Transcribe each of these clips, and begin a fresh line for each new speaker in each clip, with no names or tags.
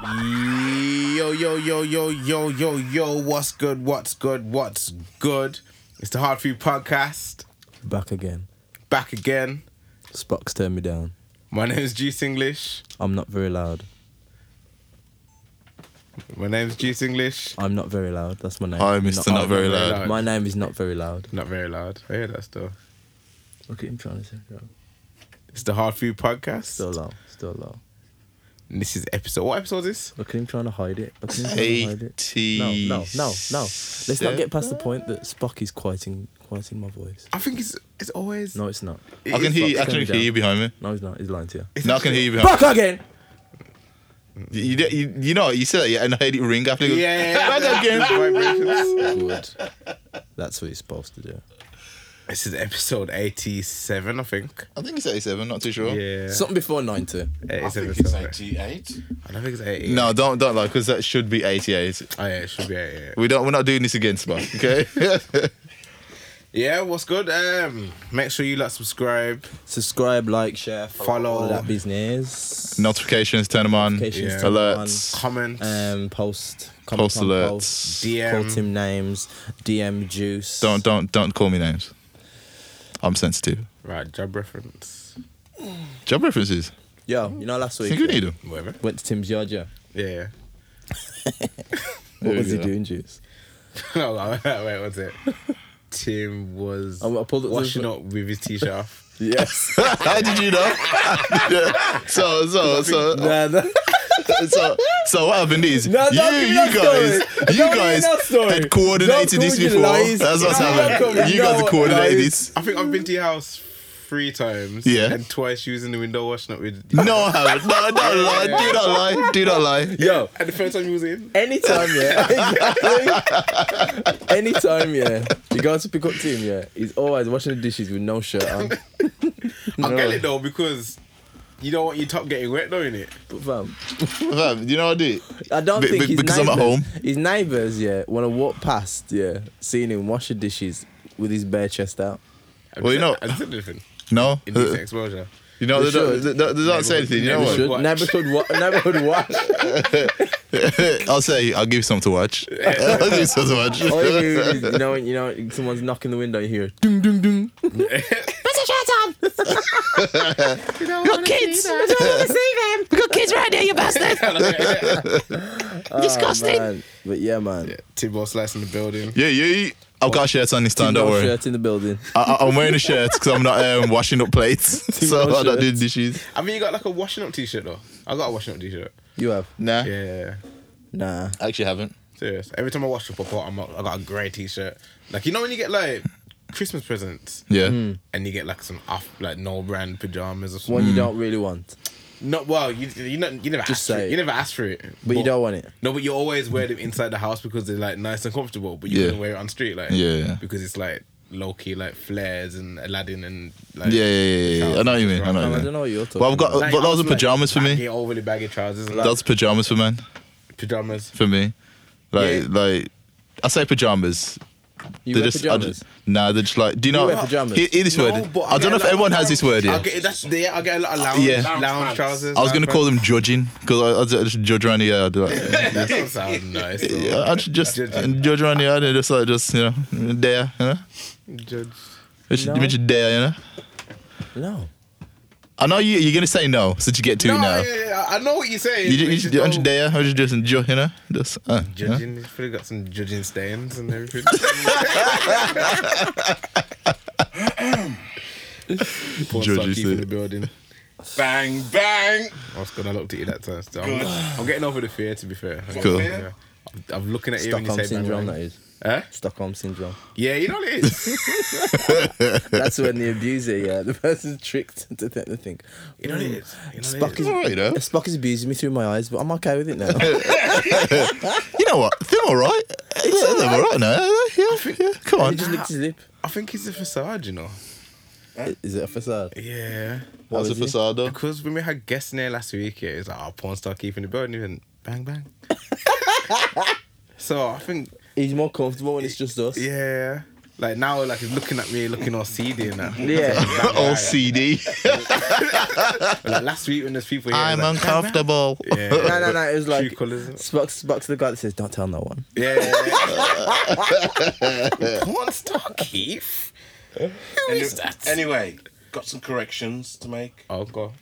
Yo, yo, yo, yo, yo, yo, yo, what's good, what's good, what's good? It's the Hard Food Podcast,
Back again.
back again.
Spock's turned me down.
My name is Juice English.
I'm not very loud.
My name's Juice English.
I'm not very loud. That's my name.
Hi,
I'm
Mr. Not Very Loud.
My name is not very loud.
Not very loud. I hear that still.
Look at him trying to say it.
It's the Hard Food Podcast.
Still low. Still low.
And This is episode. What episode is this?
Look at him trying to hide it. Look at him trying to hide it.
Eighty.
No, no, no, no. Let's not get past the point that Spock is quieting, quieting my voice.
I think it's it's always.
No, it's not.
it
I
is
can hear. You, I
Spock's
can
turned
hear you behind me.
No, he's not. He's lying to you.
It's
No, I can hear you behind.
Back again.
You, you, you, you know, you said that, yeah, and I heard it ring after.
Yeah, yeah, yeah.
you go, "Back again."
Vibrations.
Good. That's what he's supposed to do.
This is episode 87, I think.
I think it's eighty-seven. Not too sure.
Yeah.
Something before ninety.
87
I think it's
sorry.
88.
I don't think it's 88.
No, don't don't lie, because that should be eighty-eight.
Oh, yeah, it should be 88.
We don't. We're not doing this again, Spock. Okay.
Yeah, what's good? Um, make sure you like, subscribe,
Subscribe, like, share,
Follow.
all that business.
Notifications. Turn them on.
Notifications,
Yeah.
turn them
Alerts.
comment,
on. Um, post. comment
Post
on
alerts.
Call
DM.
team names, DM Juice.
Don't don't don't call me names. I'm sensitive.
Right, job reference.
Job references.
Yo, you know last
I
week
think we
yeah,
need them.
Whatever.
went to Tim's yard. Yeah.
Yeah.
What
There
was
we
he
go.
doing, Juice?
no, no, wait, what's it? Tim was
I- I pulled it-
washing up with his t-shirt off.
Yes.
How did you know? so so so.
nah, nah.
so, so what happened is
No,
you,
don't give
you
that
guys,
story.
you
Don't give
guys
that story.
had coordinated
Don't
this
call you
before.
lies.
That's what's
No, don't call
happened.
me-
You
no,
guys had coordinated
lies.
this.
I think I've been to your house three times.
Yeah.
And twice she was in the window washing up with.
No, I haven't. No, don't lie. Do not lie. Do not lie.
Yo,
And the first time you was in.
anytime, yeah. Exactly. anytime, yeah. You go to pick up Tim, yeah. He's always washing the dishes with no shirt on.
I get it though because you don't want your top getting wet, though, innit?
But fam,
Fam, you know what I do?
I don't
Be-
think
be-
his
because I'm
neighbors,
at home.
His neighbors, yeah, when I walk past, yeah, seeing him wash the dishes with his bare chest out.
Well, you know-
I said nothing.
No.
It needs
Uh,
exposure.
You know,
They
they don't,
should.
they, don't- they don't say anything. You know
They
what?
should.
Should
watch.
neighborhood wa- neighborhood watch.
I'll say, I'll give you something to watch. I'll give you something to watch.
All you hear is, you know, you know, someone's knocking the window. You hear, dung, dung, dung.
Put your shirts on. Look, kids. We don't want to see them. We got kids right there, you bastard. Disgusting.
Oh, Man. But yeah, man.
Yeah, Tim was slicing the building.
Yeah, yeah, yeah. I've got a shirt on this time,
no
don't worry.
shirt in the building.
I, I- I'm wearing a shirt because I'm not um, washing up plates. so
no
I'm not
shirt.
doing dishes.
I mean, you got like a washing up t-shirt though. I got a washing up t-shirt.
You have?
Nah.
Yeah.
Nah.
I actually haven't.
Serious. Every time I wash up, I got, I'm, I got a grey t-shirt. Like you know when you get like Christmas presents
Hmm.
Yeah.
and you get like some off like no brand pajamas or
One
something.
Hmm.
you don't really want,
Not well. You you, not, you never ask
say
for it.
it.
You never ask for it.
but, you don't want it.
No, but you always wear them inside the house because they're like nice and comfortable. But you
Yeah.
can wear it on the street like
Yeah, yeah.
because it's like low key like flares and Aladdin and like
Yeah, yeah, yeah, yeah. I know what you mean. I know. What you
No, I
mean.
don't know what you're talking.
Well, I've got,
about.
but those are
like,
pajamas for
baggy,
me.
overly baggy trousers and like,
Those are pajamas for men.
pajamas.
For me, like,
Yeah.
like I say pajamas.
You
They're
wear
just, I
pajamas.
just, nah, they're just like. Do you know?
wear pajamas?
Hear, hear this
No,
word.
but
I
get
don't know
a
if
lot-
everyone has this word.
I
Yeah.
get, that's yeah. I get a lot of lounge,
Yeah.
lounge,
Lounge
trousers.
I was gonna
lounge
call them judging because I, I just judge around here. I do like,
pants. That doesn't sound nice. though.
yeah, I should just
Judging.
judge around here. I just like just you know there. You know,
Judge.
you should,
No.
you should dare. You know.
no.
I know you. You're gonna say no since you get to
No,
now.
yeah, yeah, yeah, I know what you're saying.
You, ju-
We
you
should
should, aren't
go
you dare? How you just enjoy? You know, just uh, you know?
Judging, he's probably got some judging stains and everything. Poor
Judgy
Saki in the
stain.
building.
Bang, bang.
I was gonna look at you that time. So I'm, I'm getting over the fear, to be fair.
Cool.
Yeah. I'm, I'm looking at you when you
Stockholm
say bang,
syndrome.
bang.
That is.
Huh?
Stockholm syndrome.
Yeah, you know what it is.
That's when the abuser, yeah, the person's tricked to think. To think.
You know what it is. You know what it
Spock
is.
is,
All right, you know.
Spock is abusing me through my eyes, but I'm okay with it now.
You know what? They're all right. Yeah, they're all right now. Yeah, yeah. Come
he
on.
just licked his lip.
I think it's a facade, you know.
Is it a facade?
Yeah.
What
That's a
is it?
facade, though.
Because when we had guests in here last week, yeah, it was like, oh, porn star keeping the building, and bang, bang. so I think,
He's more comfortable when it's just us.
yeah. Like now, like he's looking at me, looking all seedy and that.
Yeah.
All CD.
Like last week when there's people here,
I'm
like,
uncomfortable.
yeah,
No, no, no. It was like
True colours.
Spock's, Spock's the guy that says, "Don't tell no one."
Yeah, yeah, yeah. Come on, stop, Keith. Who is that?
Anyway, got some corrections to make.
oh god,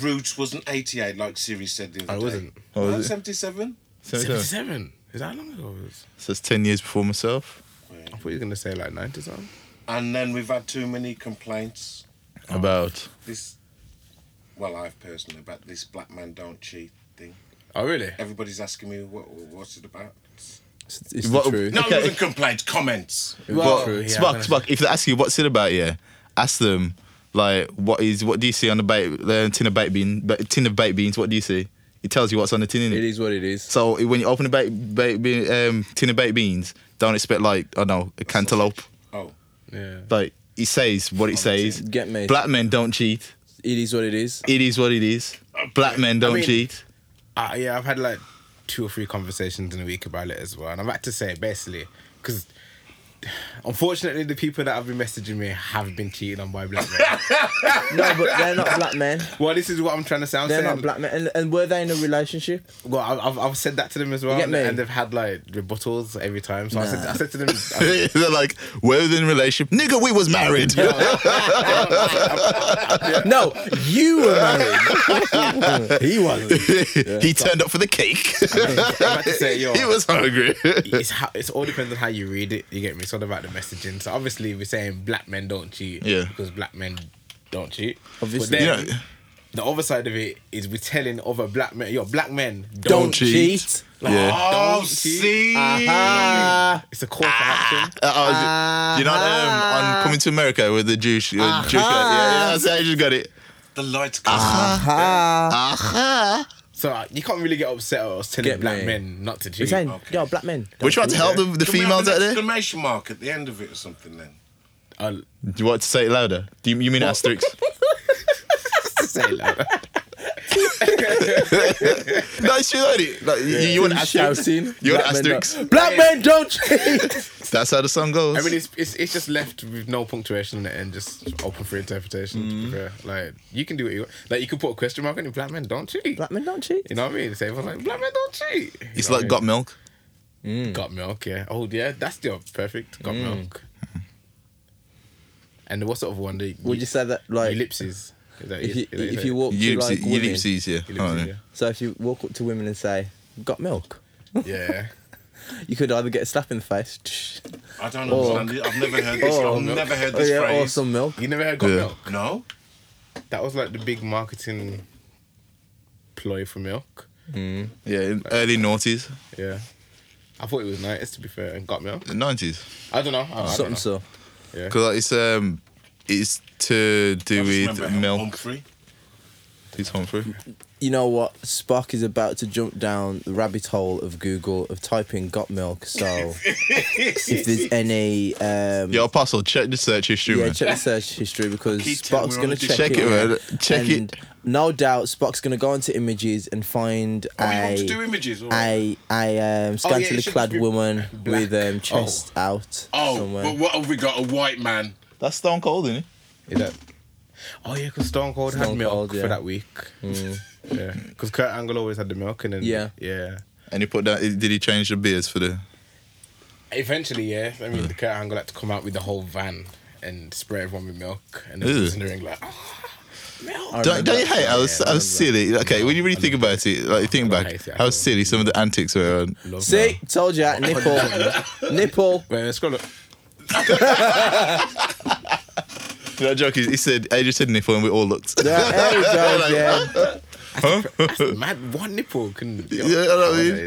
Root wasn't 88 like Siri said the other
I
day.
wasn't.
Oh,
No,
is it?
77.
So it's-
Seventy-seven. Is that how long ago? It was?
so it's 10 years before myself.
I thought you were gonna say like ninety something.
And then we've had too many complaints.
About.
This, well, I've personally, about this black man don't cheat thing.
Oh really?
Everybody's asking me, what, what's it about?
It's, it's
What-
the truth.
No,
Okay.
it wasn't complaints, comments.
Well,
But
true, yeah,
Spock,
I'm gonna-
Spock, if they ask you what's it about, yeah, ask them like what is what do you see on the bait the tin of baked bean ba- tin of baked beans? What do you see? It tells you what's on the tin.
It
Innit?
is what it is.
So when you open a baked, baked bean, um, tin of baked beans, don't expect like I don't know a cantaloupe.
Oh,
Yeah.
Like it says what it says.
Get me.
Black men don't cheat.
It is what it is.
It is what it is. Black men don't
I mean-
cheat.
Uh, yeah, I've had like two or three conversations in a week about it as well, and I've had to say basically because unfortunately the people that have been messaging me have been cheated on by black men.
No, but they're not black men.
well, this is what I'm trying to say. I'm
They're
saying,
not black men. And, and were they in a relationship?
Well, I've, I've, I've said that to them as well,
get
and,
me?
and they've had like rebuttals every time. So I, said, I said to them, I,
They're like we're in a relationship. Nigga, we was married.
No, you were married. he wasn't.
he turned up for the cake.
I'm about to say, yo,
he was hungry.
it's, how, it's all depends on how you read it. You get me? It's all about the messaging. So obviously, we're saying black men don't cheat,
Yeah.
because black men don't cheat.
Obviously.
but
you
then,
know,
the other side of it is we're telling other black men, yo, black men don't,
Don't
cheat.
cheat.
yeah.
oh
Don't cheat.
see?
Uh-huh.
Ah,
It's a call for action.
Uh, oh, is it- you know, um, on coming to America with the Jewish, uh, Jewish guy. Yeah, yeah, that's how I just got it.
The lights come on.
ah.
So uh, you can't really get upset at us telling
Get
black
me.
men not to
We're
cheat.
saying,
Okay.
yo, black men.
We're trying to help the, the
Can we have
females
an
out there.
Exclamation mark at the end of it or something then.
I'll
Do you want to say it louder? Do you, you mean asterisks?
say it like that.
no, it's true, ain't it? Like, you, you want asterisks?
shouting.
You want
black men
asterisks?
don't- Black men don't cheat.
That's how the song goes.
I mean, it's, it's it's just left with no punctuation on it and just open for interpretation.
Mm.
to be fair. Like you can do what you want. Like you could put a question mark on it. Black men don't cheat.
black men don't cheat.
you know what I mean? Say everyone's like black men don't cheat. You
it's
know
like
what
got milk.
I mean? got milk. Yeah. Oh yeah, that's your perfect got
Mm.
milk. And what sort of one do you,
Would you say that, like,
ellipses? Is that-
if you,
is that
if
say?
you walk to
Ulysses,
like women,
Ulysses, yeah.
Ellipses,
Oh, yeah.
so if you walk up to women and say, "Got milk,"
yeah. yeah.
you could either get a slap in the face,
I don't
Oh.
understand it. I've never heard this.
Oh,
I've
no.
never heard
or,
this
yeah, or
phrase.
some milk.
You never had got
Yeah.
milk.
No.
That was like the big marketing ploy for milk.
Yeah, in early noughties,
Yeah. I thought it was nice to be fair and got milk.
the 90s.
I don't know. I, I don't
Something
know.
so.
Because like, it's, um, it's to do
I just
with
remember
milk.
Humphrey.
It's Humphrey.
You know what? Spock is about to jump down the rabbit hole of Google of typing "got milk." So, if there's any, um,
Yo, Apostle, check the search history,
yeah,
man.
check the search history because
Keep telling
Spock's
me
gonna
what to do.
check,
Check it,
man.
man. Check
and
it.
No doubt, Spock's gonna go into images and find
Oh, you
a
want to do images? Or... Oh,
a a um,
yeah, it
scantily
should
clad
be
woman
black.
with um, chest out
oh,
somewhere.
but what have we got? A white man.
That's Stone Cold, isn't it?
Is that? Oh yeah, because Stone Cold had
Stone
milk
Cold,
for
yeah. Mm.
that week.
Hmm.
Yeah, because Kurt Angle always had the milk, and then
Yeah.
yeah.
And he put that. Did he change the beards for the?
Eventually, yeah. I mean,
Mm.
Kurt Angle had to come out with the whole van and spray everyone with milk, and then he was
Ew.
in the ring like, "Ah,
I
milk.
Don't,
remember
don't
that.
you hate how,
yeah, I
how
remember.
silly? Okay, when you really think about it, like think
I
back,
hate it, I
how
don't.
silly some of the antics were. On.
Love
See, told you, nipple, nipple.
Wait, let's go look.
No joke. He he said, "I just said nipple," and we all looked. Yeah,
Yeah, there we go again.
Mad one nipple can.
I know what I mean.
that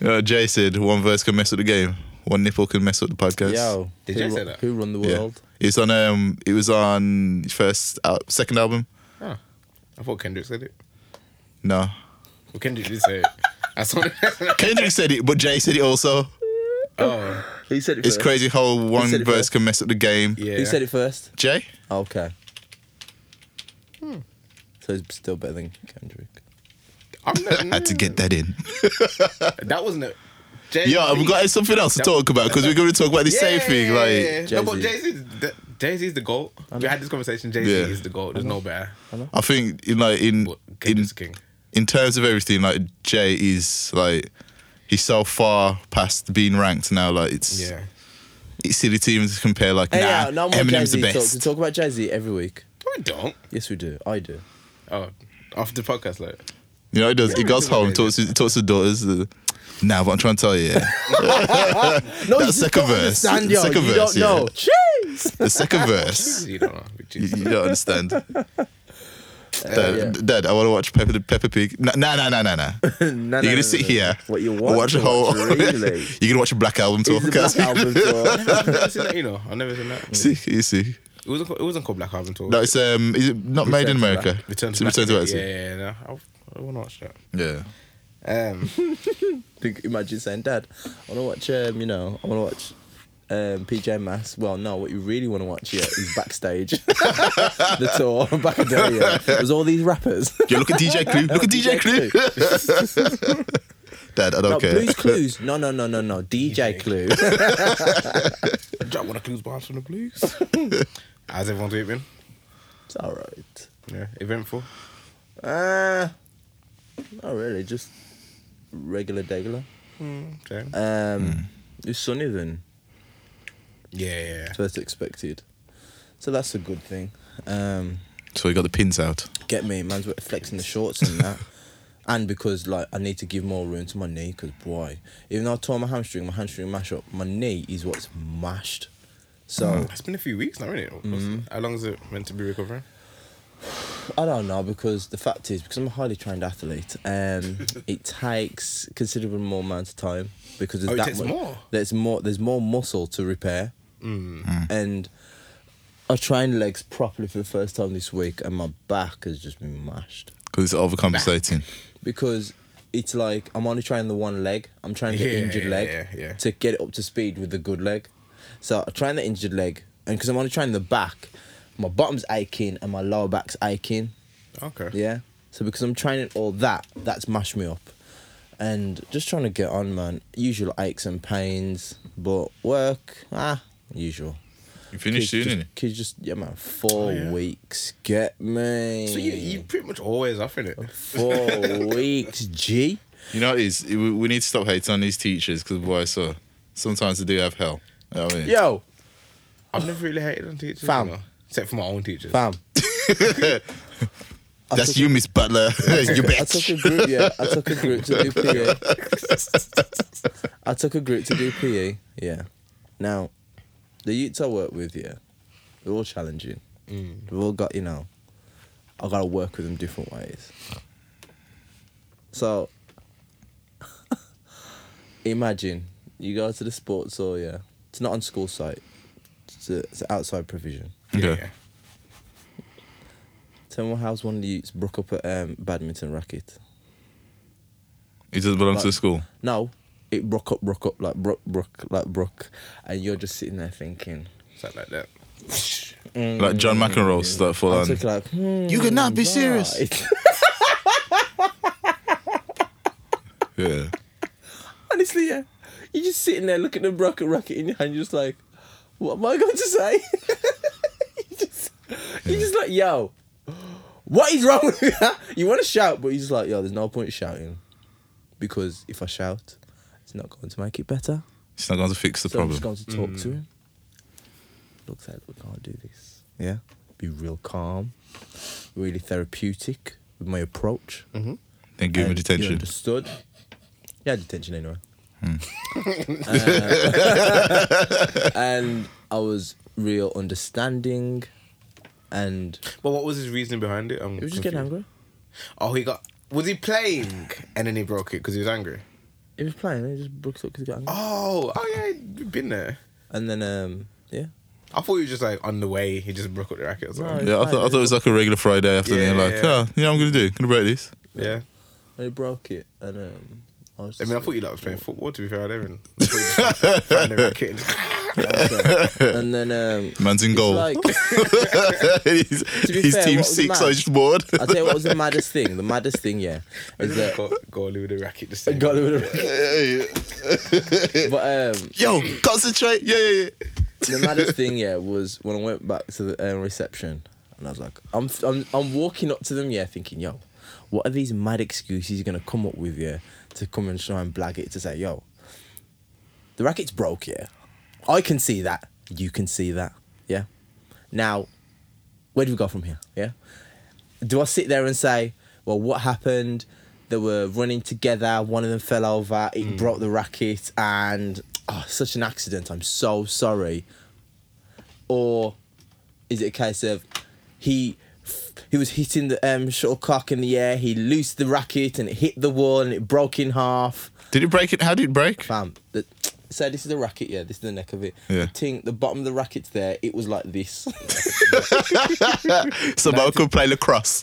is.
Jay said, "One verse can mess up the game. One nipple can mess up the podcast."
Yo,
Did
who,
you say
ru-
that?
Who run the
Yeah.
world?
It's on. Um, it was on first, al- second album.
Oh, I thought Kendrick said it.
No,
Well, Kendrick did say it. I saw it.
Kendrick said it, but Jay said it also.
oh,
He said it
It's crazy how one
said it
verse
first.
can mess up the game.
yeah.
Who said it first?
Jay,
Okay. So it's still better than Kendrick.
I'm not,
had to get that in.
That wasn't a Jay-Z.
Yeah, we've got something else to talk about because we're going to talk about this safe thing. Like,
No, but Jay
Jay-Z.
Z, Jay Z's the goat. We had this conversation. Jay Z
Yeah.
is the goat. There's no better.
I think in like in
But King
in
is king.
in terms of everything, like Jay is like he's so far past being ranked now. Like it's
Yeah.
it's silly to even compare. Like
Hey,
nah,
yeah, no more
Eminem's
Jay-Z
the
talk. We
best.
talk about Jay Z every week.
No, I don't.
Yes, we do. I do.
Oh, after the podcast, like.
You know, it does. It
we
goes
talk about
home,
Jay-Z.
talks to, talks to daughters. Uh, nah, what I'm trying to tell you, yeah.
No,
That
you just
second
don't
verse.
Understand, yo.
Second
you
verse,
don't know. Jeez.
the second verse.
You don't know. which
You,
is-
you don't understand. Dad,
Uh, yeah.
Dad, I want to watch Pepper, Pepper Pig. Nah, nah, nah, nah, nah. nah.
No, no,
You're
no, no,
gonna sit
no.
here.
What you
and
want
Watch
to
a whole.
watch, really.
You're gonna watch a black album tour.
It's the Black Album tour.
I've never seen that, you know. I've never seen that.
See, you see.
It wasn't. It wasn't called Black Album Tour.
No, it's um, is it not made in
to
America?
Return
It's
to Black.
Return to Black.
yeah, yeah, yeah. No, I, I want to watch that.
yeah.
Um,
Think- Imagine saying, Dad, I want to watch, um, you know, I want to watch um, PJ Masks. Well, no, what you really want to watch yeah, is backstage. the tour back in the day. Yeah. It was all these rappers.
Yo, look at DJ Clue. Look at DJ Clue. Dad, I don't
No,
care.
Blues Clues. No, no, no, no, no. DJ Clue.
do you want to clues bars from the blues? How's everyone's week been?
it's all right.
Yeah, eventful.
Uh, not really. Just regular degular.
Hmm.
Same.
Um, It's sunnier than
Yeah, yeah.
first expected. So that's a good thing. Um,
So we got the pins out.
get me, man's flexing the shorts and that. And because like I need to give more room to my knee, because boy, even though I tore my hamstring, my hamstring mash up, my knee is what's mashed. So
yeah. Oh, It's been a few weeks now, isn't it?
Mm-hmm.
How long is it meant to be recovering? Hmm.
I don't know because the fact is because I'm a highly trained athlete, um, it takes considerable more amount of time because there's
Oh, it
that
takes
mu-
more? Hmm.
There's more. There's more muscle to repair, and I trained legs properly for the first time this week, and my back has just been mashed
Because it's overcompensating.
because it's like I'm only trying the one leg. I'm trying the
Yeah,
injured
yeah,
leg
yeah, yeah.
to get it up to speed with the good leg. So I'm trying the injured leg, and because I'm only trying the back, my bottom's aching and my lower back's aching.
Okay.
Yeah. So because I'm training all that, that's mashed me up. And just trying to get on, man. Usual aches and pains, but work, ah, usual.
You finished soon,
just,
innit?
kids just, yeah, man,
Oh,
four
yeah.
weeks. Get me.
So you you pretty much always off in it.
Oh. Four weeks, G.
You know, what it is, we we need to stop hating on these teachers because, boy, so sometimes they do have hell. You know what I mean?
Yo,
I've never really hated on teachers.
Fam.
You know, except for my own teachers.
fam. I
That's
took
you, Miss Butler. you
a- I took
bitch.
a group, yeah. I took a group to do PE. I took a group to do PE, yeah. Now, the youths I work with, yeah, they're all challenging. They've all got, you know, I gotta work with them different ways. So, imagine you go to the sports hall, yeah. It's not on school site. It's, a, it's outside provision.
Yeah.
Okay.
yeah.
Tell me how's one of the youths broke up a um, badminton racket.
He doesn't belong to the school.
No, it broke up, broke up, like broke, broke, like broke, and you're just sitting there thinking.
Something like that.
mm,
Like John McEnroe's, like full
I'm
on.
thinking like, hmm,
You could not be serious.
right.
Yeah.
Honestly, yeah, you're just sitting there looking at the broken racket in your hand. You're just like, what am I going to say? you just, you're just like, yo, what is wrong with you? you want to shout, but you're just like, yo, there's no point shouting because if I shout, it's not going to make it better.
It's not going to fix the
So I'm
problem.
just going to talk to
Mm.
him. Look, Dad, we can't do this. Yeah. Be real calm, really therapeutic with my approach.
Mm-hmm.
Then give him
And You
detention. Hmm.
understood. You had detention anyway. Uh, and I was real understanding, and
But what was his reasoning behind it? I'm
he was just getting angry.
Oh, he got. Was he playing and then he broke it because he was angry?
He was playing, and he just broke up because he got angry.
Oh, oh yeah, you've been there.
And then, um, yeah.
I thought you were just like on the way. He just broke up the racket or something.
No.
Yeah, I
Right,
thought, I thought it was like a regular Friday afternoon.
Yeah,
like,
yeah.
oh, yeah, I'm gonna do, gonna break this.
Yeah.
And he broke it, and um, I was.
I
just
mean, I
like,
thought you lot was playing football. To be fair, I don't even. I thought you just, like, found the racket and just-
and then um,
Man's in goal.
like
He's-
be
his
fair,
team
what was
six,
mad?
I just bored.
I tell you what was the maddest thing. The maddest thing, yeah, is that
Go- Goalie with a racket just
I got rid of But um,
Yo, concentrate. Yeah, yeah, yeah.
the maddest thing, yeah, was when I went back to the um, reception, and I was like, I'm, I'm, I'm walking up to them, yeah, thinking, yo, what are these mad excuses you're gonna come up with, yeah, to come and try and blag it to say, yo, the racket's broke, yeah, I can see that, you can see that, yeah. Now, where do we go from here, yeah? Do I sit there and say, well, what happened? They were running together, one of them fell over, it broke the racket, and oh, such an accident, I'm so sorry. Or is it a case of he he was hitting the um, shuttlecock in the air, he loosed the racket and it hit the wall and it broke in half?
Did it break it? How did it break?
Bam. The, so this is the racket, yeah, this is the neck of it.
Yeah.
The, ting, the bottom of the racket's there, it was like this.
So Mo could play lacrosse.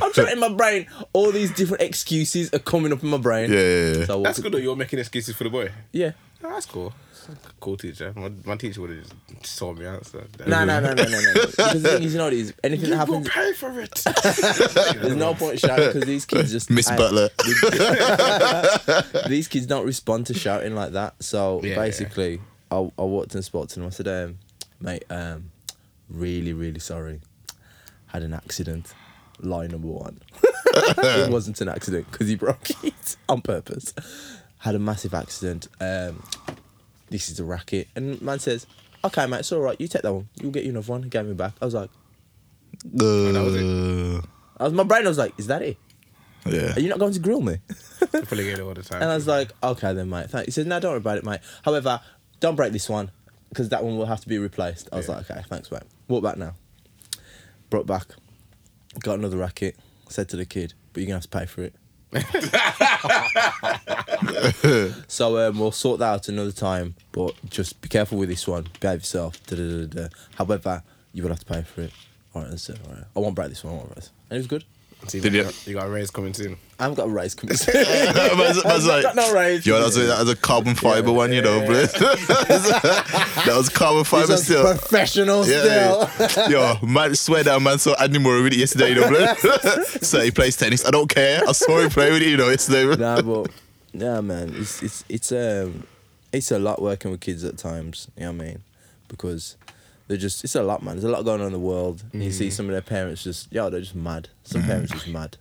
I'm trying in my brain, all these different excuses are coming up in my brain.
Yeah, yeah, yeah.
So I walk-
That's good though, you're making excuses for the boy.
Yeah.
No, that's cool. It's like a cool teacher. My, my teacher would have just saw me out. So
No, no, no, no, no, no. no. Because the thing is, you know, what it is anything that
You will
happens,
pay for it.
there's no point shouting because these kids just
Miss
I-
Butler.
These kids don't respond to shouting like that. So
Yeah, yeah.
basically, I, I walked and spoke to them. I said, um, "Mate, um, really, really sorry. Had an accident. Lie number one. it wasn't an accident because he broke it on purpose. Had a massive accident. Um, this is a racket. And man says, okay, mate, it's all right. You take that one. You'll get you another one. He gave me back. I was like,
Uh,
I was, my brain was like, is that it?
yeah.
Are you not going to grill me?
I probably get it all the time.
And I was like, okay then, mate. Thank-. He said, no, don't worry about it, mate. However, don't break this one because that one will have to be replaced. I was
Yeah.
like, okay, thanks, mate. Walk back now. Brought back. Got another racket. Said to the kid, but you're gonna have to pay for it. so um, we'll sort that out another time. But just be careful with this one. Behave yourself. Da, da, da, da. However, you will have to pay for it. All right, that's it. All right. I won't break this one. I won't break this. And it was good.
See,
Did
you,
you-
got, you got a raise coming soon.
I haven't got a raise coming.
Man's- man's like,
got no rage.
Yo, that was a, that was a carbon fiber one, you know, bro. that was carbon fiber
These are
still.
professional still.
Yeah, yeah. Yo, man, swear down, man saw Andy Murray with it yesterday, you know, bro. so he plays tennis. I don't care. I saw him play with it, you know, yesterday. bro.
nah, but nah, man, it's it's it's um it's a lot working with kids at times. You know what I mean? Because they're just it's a lot, man. There's a lot going on in the world. And you see
Mm.
some of their parents just yo, they're just mad. Some parents just mad.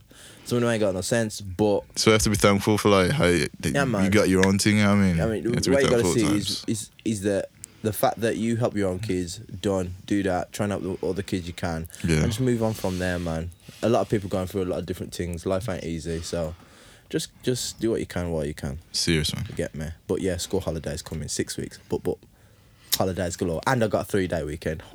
Some of them ain't got no sense, but
So we have to be thankful for like how you, that
Yeah, man.
you got your own thing. you know what I mean,
I mean,
You Mm. have
the
to be
way you gotta
thankful
see
at
is,
times.
is is that the fact that you help your own kids, done, do that, try and help the other kids you can,
Yeah.
and just move on from there, man. A lot of people going through a lot of different things. Life ain't easy, so just just do what you can while you can.
serious man.
You get me? But yeah, school holidays coming six weeks, but but holidays galore, and I got a three day weekend.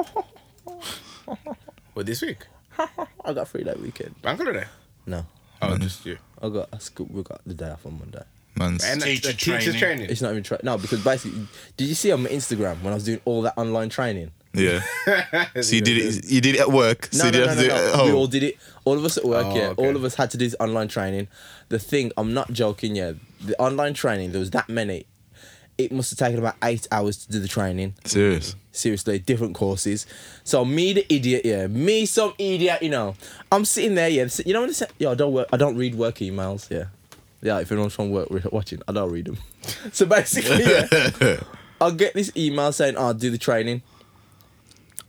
What this week?
I got a three day weekend.
Bank holiday.
No,
Oh, just you.
I got a school. We got the day off on Monday.
Man's
And the-
Teacher
the teacher's
training.
training.
It's not even tra- no because basically, did you see on my Instagram when I was doing all that online training?
yeah. so you did it. You did it at work.
No,
so
no,
you didn't
no,
have
no,
to do it Oh.
no.
at home.
We all did it. All of us at work,
Oh,
yeah.
okay.
All of us had to do this online training. The thing, I'm not joking, yeah. The online training, there was that many. It must have taken about eight hours to do the training.
serious.
Seriously, different courses. So me, the idiot, yeah. Me, some idiot, you know. I'm sitting there, yeah. You know what I say? Yo, I don't work. I don't read work emails, yeah. Yeah, if anyone's from work watching, I don't read them. so basically, yeah. I'll get this email saying, "I'll do the training."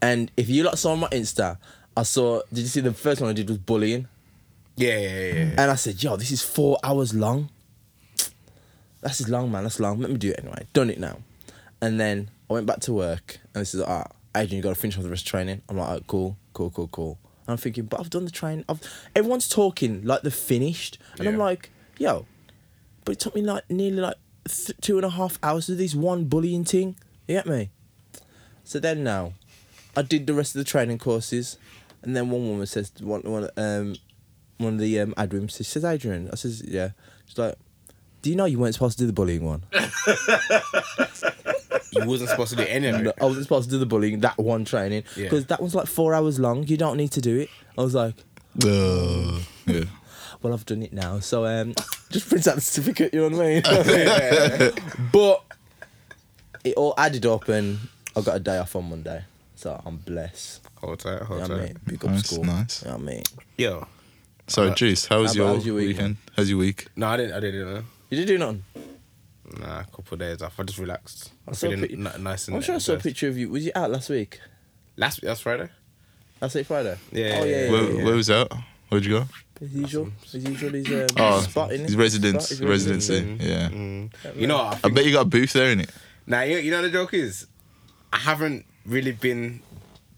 And if you lot saw my Insta, I saw. Did you see the first one I did was bullying?
Yeah, yeah, yeah. yeah.
And I said, "Yo, this is four hours long. That's is long, man. That's long. Let me do it anyway. Done it now." And then I went back to work, and this is like, "Ah, Adrian, you got to finish off the rest of training." I'm like, "Alright, "Cool, cool, cool, cool." And I'm thinking, "But I've done the training. I've everyone's talking like they're finished," and I'm
Yeah.
like, "Yo, but it took me like nearly like th- two and a half hours to do this one bullying thing. You get me? So then now, I did the rest of the training courses, and then one woman says one one um one of the um admins she says Adrian I says yeah she's like do you know you weren't supposed to do the bullying one
You wasn't supposed to do any of
No,
it.
I wasn't supposed to do the bullying that one training
Yeah.
because that one's like four hours long you don't need to do it I was like
Uh, yeah.
well, I've done it now. So um, just print out the certificate, you know what I mean? but it all added up and I got a day off on Monday. So I'm blessed.
Hold tight,
You
hold
know what I
tight.
mean? Big up
Nice,
school.
nice.
You know what I mean?
Yo,
So, Juice, how was
How
your,
about- how's your week,
weekend? How's your week?
no, I didn't. I didn't know.
You did do nothing.
Nah, a couple of days off. I just relaxed. I'm
saw a
feeling
pic-
n- nice and.
I'm sure I saw a
energized.
picture of you. Was you out last week?
Last week, that's Friday.
Last week Friday?
Yeah,
Oh,
yeah,
yeah, yeah.
yeah.
Where,
yeah.
where was that? Where'd you go?
As usual. As usual, he's um,
Oh,
spot, innit?
his residence,
Spot, Mm. his
residency. Yeah.
You know, what, I
I
think,
bet you got a booth there, innit?
now you, you know the joke is, I haven't really been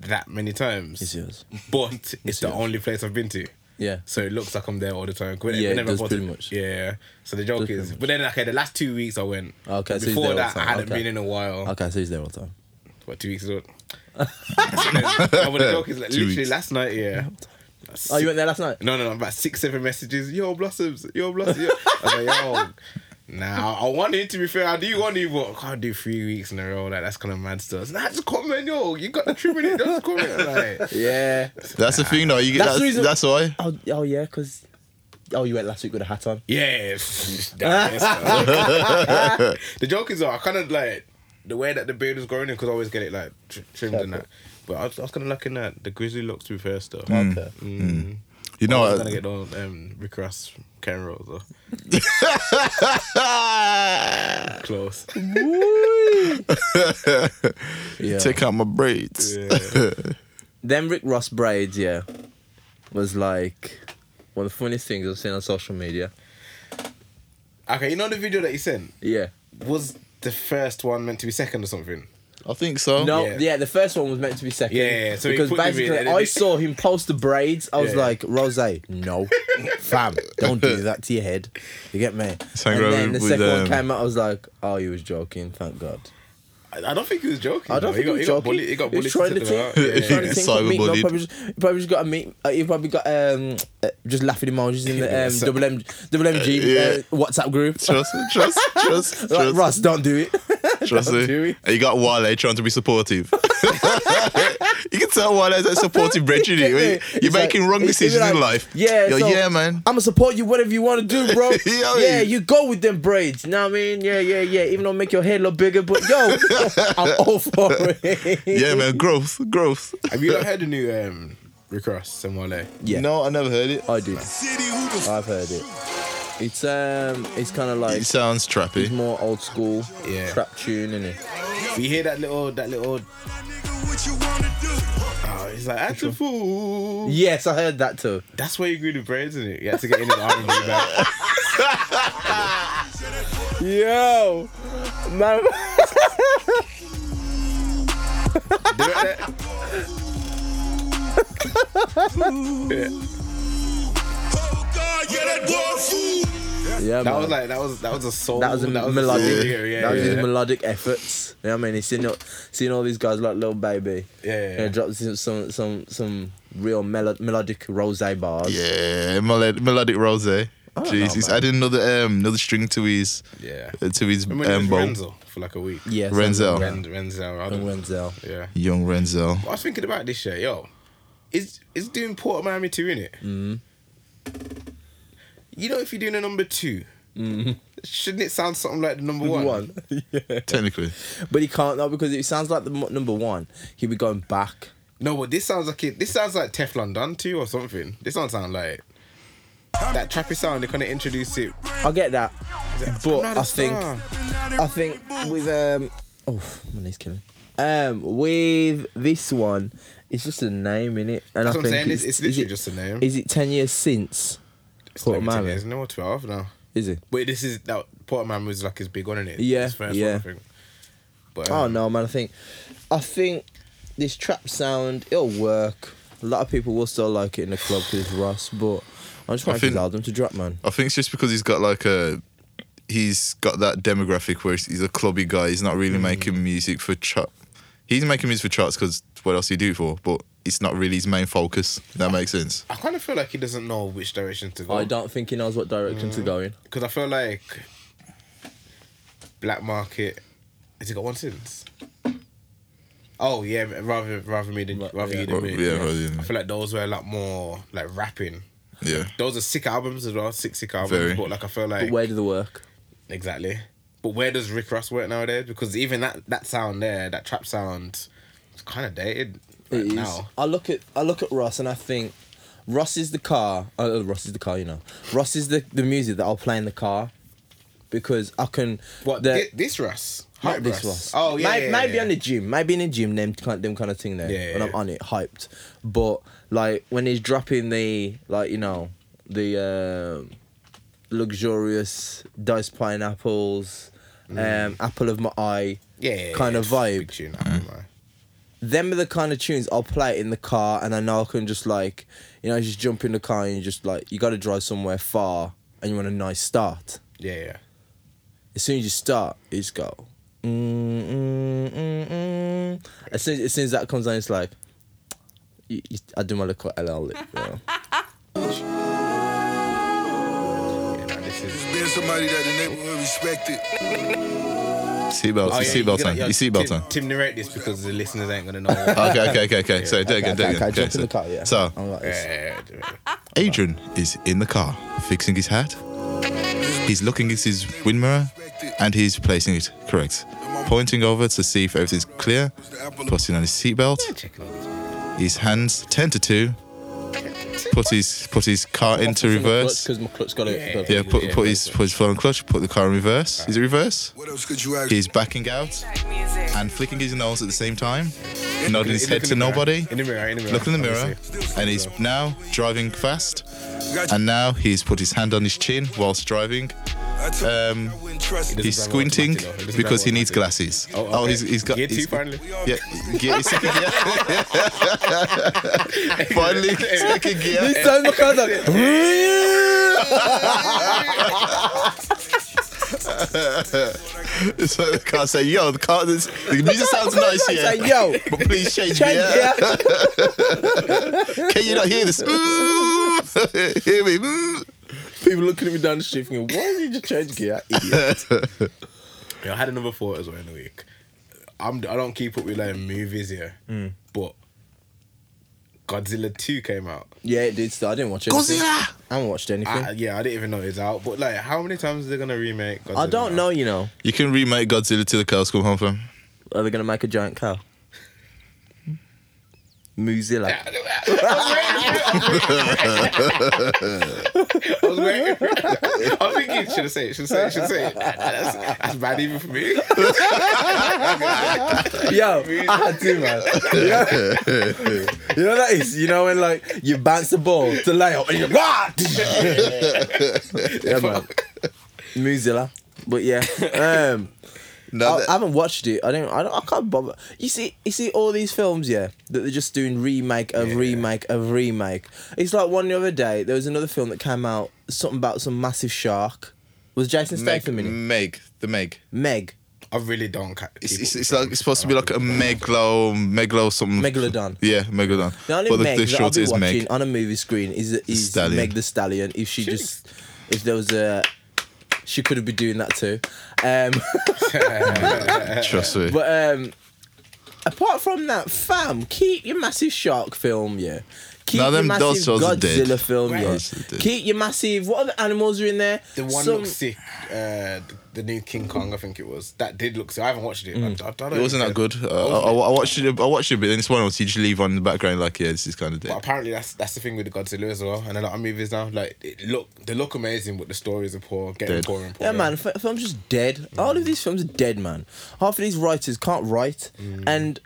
that many times.
It's yours.
but it's, the only place I've been to.
Yeah.
So it looks like I'm there all the time. Whenever,
Yeah, it
whenever I
does
go
pretty
to-
much.
Yeah. So the joke
Does pretty
is,
much.
but then okay, the last two weeks I went.
Okay, so he's
Before
there all
that,
the
I
time.
hadn't
Okay.
been in a while.
Okay, so he's there all the time.
What two weeks ago? no, but the joke is like
Two
literally
weeks.
last night. Yeah.
Oh, you went there last night?
No, no, no. About six, seven messages. Yo, blossoms. Yo, blossoms. Yo. I was like, yo. Nah, I want it to be fair. I do want it, but I can't do three weeks in a row. Like that's kind of mad stuff. Nah, just come in, yo. You got the three minutes. Just come in. Like,
Yeah.
That's the thing, though. You get,
That's
that's,
the
that's,
reason-
why.
Oh, oh yeah, because. Oh, you went last week with a hat on.
Yeah. pfft, that is, uh, the joke is, though, I kind of like the way that the beard was growing in because I always get it like tr- trimmed and that. But I was, I was kind of looking at the grizzly looks through first though.
Okay.
Mm.
You
Oh,
know
I was
what?
gonna get the um, Rick Ross Ken rolls though.
Ah!
Close.
Yeah.
Take out my braids.
Yeah.
Then Rick Ross braids, yeah, was like one of the funniest things I've seen on social media.
Okay, you know the video that you sent
Yeah.
was the first one meant to be second or something.
I think so.
No, yeah.
Yeah.
the first one was meant to be second.
Yeah, yeah, yeah. So he
because
put them in
basically,
and then
I
they-
saw him post the braids. I was
Yeah.
like, Rose, no, fam, don't do that to your head. You get me?
Same
and
girl
then the
with,
second one
um,
came out. I was like, oh, he was joking. Thank God.
I, I don't think he was joking.
I don't
though.
think he, was
got,
joking.
He got
He was
bullied. to
trying to think.
think.
he was
Yeah,
trying
yeah.
to think.
Cyber
Cyber meet, no,
bullied.
probably, just, he probably just got a meet. Uh, he probably got um, uh, just laughing emojis in the um,
So-
double M double MG
Yeah.
uh, WhatsApp group.
Trust, trust, trust, trust.
Like, Russ, don't do it.
Trust me.
do it.
And you got Wale trying to be supportive. you can tell Wale's a supportive brethren. You,
Yeah,
you're
it's like-
making wrong
it's- it's
decisions in
like,
life.
Yeah,
You're,
so
yeah, man.
I'ma support you whatever you want to do, bro.
You know what I
yeah,
mean?
you go with them braids. Know what I mean? Yeah, yeah, yeah. Even though make your hair look bigger, but yo, I'm all for it.
Yeah, man. Growth, growth.
Have you not heard the new um, Rick Ross Samuel?
Yeah.
No, I never heard it.
I did. I've heard it. It's um, it's kind of like
It sounds
it's
trappy.
more old school
Yeah.
trap tune, innit?
You hear that little, that little. Oh, he's like, act a fool.
Yes, I heard that too.
That's where you grew the braids, isn't it? You had to get in his arm and be back.
Yo, man,
Do it there.
yeah,
That was like that was Oh, that was a soul.
that was a
soul
melodic,
video, yeah,
that was
yeah.
his melodic efforts. You know what I mean? He's seen all, seen all these guys like Little Baby.
Yeah.
and he drops in some some some real melo- melodic rose bars.
Yeah, melodic, melodic rose. Jeez,
know,
he's
man.
adding another um, another string to his
yeah.
uh, to his
Remember
um,
um,
bow.
Renzo for like a week.
yeah,
Renzel.
something like
Ren, Renzo. I
that.
don't-
Renzel.
Yeah.
Young Renzo.
I was thinking about this shit, yo. Is is doing Port of Miami two in it? Mm.
Mm-hmm.
You know, if you're doing a number two, shouldn't it sound something like the number,
Mm-hmm. Number
one?
one,
Technically,
but he can't though because it sounds like the mo- number one. He'll be going back.
No, but this sounds like it. This sounds like Teflon Don two or something. This don't sound like that trappy sound. They kind of introduce it,
I get that, but
Not a
I think
star.
I think with um oh my knee's killing. Um, with this one, it's just a name in it, and
That's
I
what I'm
think
saying, it's- it's
is
literally
it-
just a name.
Is it ten years since?
It's
Port
like
of
10
Miami.
years, no, twelve now.
Is it?
But this is that Port of Miami was like his big one, is it?
Yeah,
his first
yeah.
One, I think. But
Oh
um,
no, man! I think, I think this trap sound it'll work. A lot of people will still like it in the club because it's Russ, but I just want to
think-
allow them to drop, man.
I think it's just because he's got like a he's got that demographic where he's- he's a clubby guy. He's not really making music for chart. He's making music for charts because what else do you do it for? But it's not really his main focus. if That makes sense.
I kind of feel like he doesn't know which direction to go.
I don't think he knows what direction
Mm.
to go in.
Because I feel like Black Market. Has he got one since? Oh yeah, rather rather me than
Right,
rather
yeah.
you
Well,
than me.
yeah, rather than-
I feel like those were a lot more like rapping.
Yeah.
Those are sick albums as well, sick sick albums.
Very.
But like I feel like
But where do the work?
exactly. But where does Rick Ross work nowadays? Because even that that sound there, that trap sound, it's kind of dated right
It is.
now.
I look at I look at Ross and I think Ross is the car. Oh, Ross is the car. You know, Ross is the, the music that I'll play in the car because I can.
What
the,
thi- this Ross?
not
Hype
this
Ross.
Ross.
Oh yeah,
maybe,
yeah,
maybe
yeah.
on the gym, maybe in the gym, them kind, them kind of thing there.
Yeah, yeah,
when I'm
yeah.
on it, hyped. But like when he's dropping the like you know the um luxurious diced pineapples, um, apple of my
Mm.
eye.
yeah, yeah, yeah,
kind of
yeah.
vibe.
Big tune, I remember.
them are the kind of tunes I'll play in the car, and I know I can just like, you know, just jump in the car and you just like, you got to drive somewhere far, and you want a nice start.
Yeah, yeah.
As soon as you start, you just go. Mm, mm, mm, mm. As soon as soon as that comes on, it's like, you, you, I do my little LL lip. You know?
yeah nah, this is.
Being somebody that the neighborhood respected.
Seatbelt.
Oh, yeah, you
seatbelt
gotta-
on.
yeah,
You seatbelt
Tim,
on.
Tim, narrate this because the listeners ain't gonna know.
Okay, okay, okay, okay. So do it
Okay,
again, do it
okay,
again.
jump in
so,
the car, yeah. Oh.
so
I'm like
Yeah,
this.
yeah, yeah, yeah.
Adrian is in the car, fixing his hat. He's looking at his wind mirror, and he's placing it correct, pointing over to see if everything's clear. Putting on his seatbelt.
Checking all these.
His hands ten to two. Put his put his car into reverse.
because my clutch got it.
Yeah.
Yeah, put put his put his foot on clutch. Put the car in reverse. Is it reverse?
What else could you ask?
He's backing out and flicking his nose at the same time, nodding his head to nobody.
In the mirror, in the mirror.
Look in the mirror,
obviously.
and he's now driving fast.
Got you.
And now he's put his hand on his chin whilst driving.
I told
um,
you I wouldn't trust you.
doesn't
He's
drive
squinting
automatic, though. He doesn't
because
drive
he needs
automatic.
glasses.
Oh, okay.
he's, he's got.
Gear two
he's-
finally.
We all
Yeah, gear, he's second gear. Finally, second gear.
This time my car's like,
So the car say, "Yo, the car. This, the music sounds nice
It's
here,
like, yo,
but please change
change
gear.
gear.
Can you not hear this? Ooh. hear me? Ooh.
People looking at me down the street thinking, why did you just change gear?
Yeah, I had another thought as well in the week. I'm I don't keep up with like movies here, but Godzilla two came out.
Yeah, it did. Still, I didn't watch it. I haven't watched anything.
I,
I,
yeah, I didn't even know it's out. But like, how many times are they gonna remake? Godzilla
don't
now?
know. You know,
You can remake Godzilla till the cows come home from.
are they gonna make a giant cow? Muzilla.
I was waiting. for it. I'm thinking, should I say it? Should I say it? Should I say it? That's, that's bad even for me.
Yo, I had to, man. You know, you know that is. You know when like you bounce the ball to lay up and you rah! yeah, man. Muzilla. But yeah, um,
No,
I,
that-
I haven't watched it. I don't. I don't. I can't bother. You see, you see all these films, yeah, that they're just doing remake of remake of remake. It's like one the other day. There was another film that came out, something about some massive shark. Was Jason
Meg, Mm.
Statham in it?
Meg, the Meg.
Meg,
I really don't. ca-
It's,
keep up with
it's, it's like
them.
it's supposed to be like a meglo, meglo something.
Megalodon.
Yeah, megalodon.
The only
But the,
Meg
the
that I'll
short
be
is
watching
Meg.
on a movie screen is is
Stallion.
Meg the Stallion. If she just, if there was a, she could have been doing that too. Um,
Trust me.
but um, apart from that, fam, keep your massive shark film, yeah. Keep
No,
your
them-
massive
those shows are dead.
Godzilla film, yeah.
Those are dead.
Keep your massive. What other animals are in there?
The one
Some-
looks sick. Uh, the- the new King Kong, I think it was. That did look sick. I haven't watched it. I, I don't know
Mm.
Oh,
It wasn't that good. Uh, I, I, I watched it. I watched it, but then this one else you just leave on in the background like, yeah, this is kind of
But
dead.
apparently that's that's the thing with the Godzilla as well, and a lot of movies now. Like, it look they look amazing, but the stories are poor, getting
Dead.
poorer and poorer.
Yeah, man, f- films just dead.
Mm.
All of these films are dead, man. Half of these writers can't write,
Mm.
and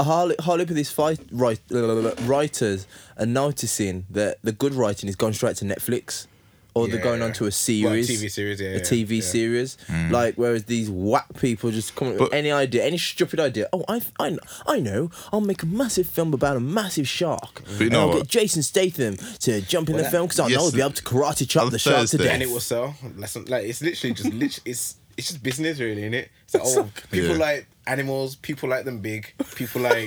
hardly hardly of these fight write, writers are noticing that the good writing is going straight to Netflix, or they're
Yeah,
going
yeah.
on to
Well,
a series,
TV series, yeah,
a
yeah,
TV
yeah. Mm.
series. Like whereas these whack people just come up with
But-
any idea, any stupid idea. Oh, I, I, I know. I'll make a massive film about a massive shark.
you
and
know
I'll
what?
get Jason Statham to jump in the
that-
film because I know
Yes,
I'll be able to karate chop
on
the shark to
Thursday.
death.
and it will sell. That's not- like it's literally just lit- it's it's just business really, is it? It's like, oh, people
Yeah.
like animals, people like them big, people like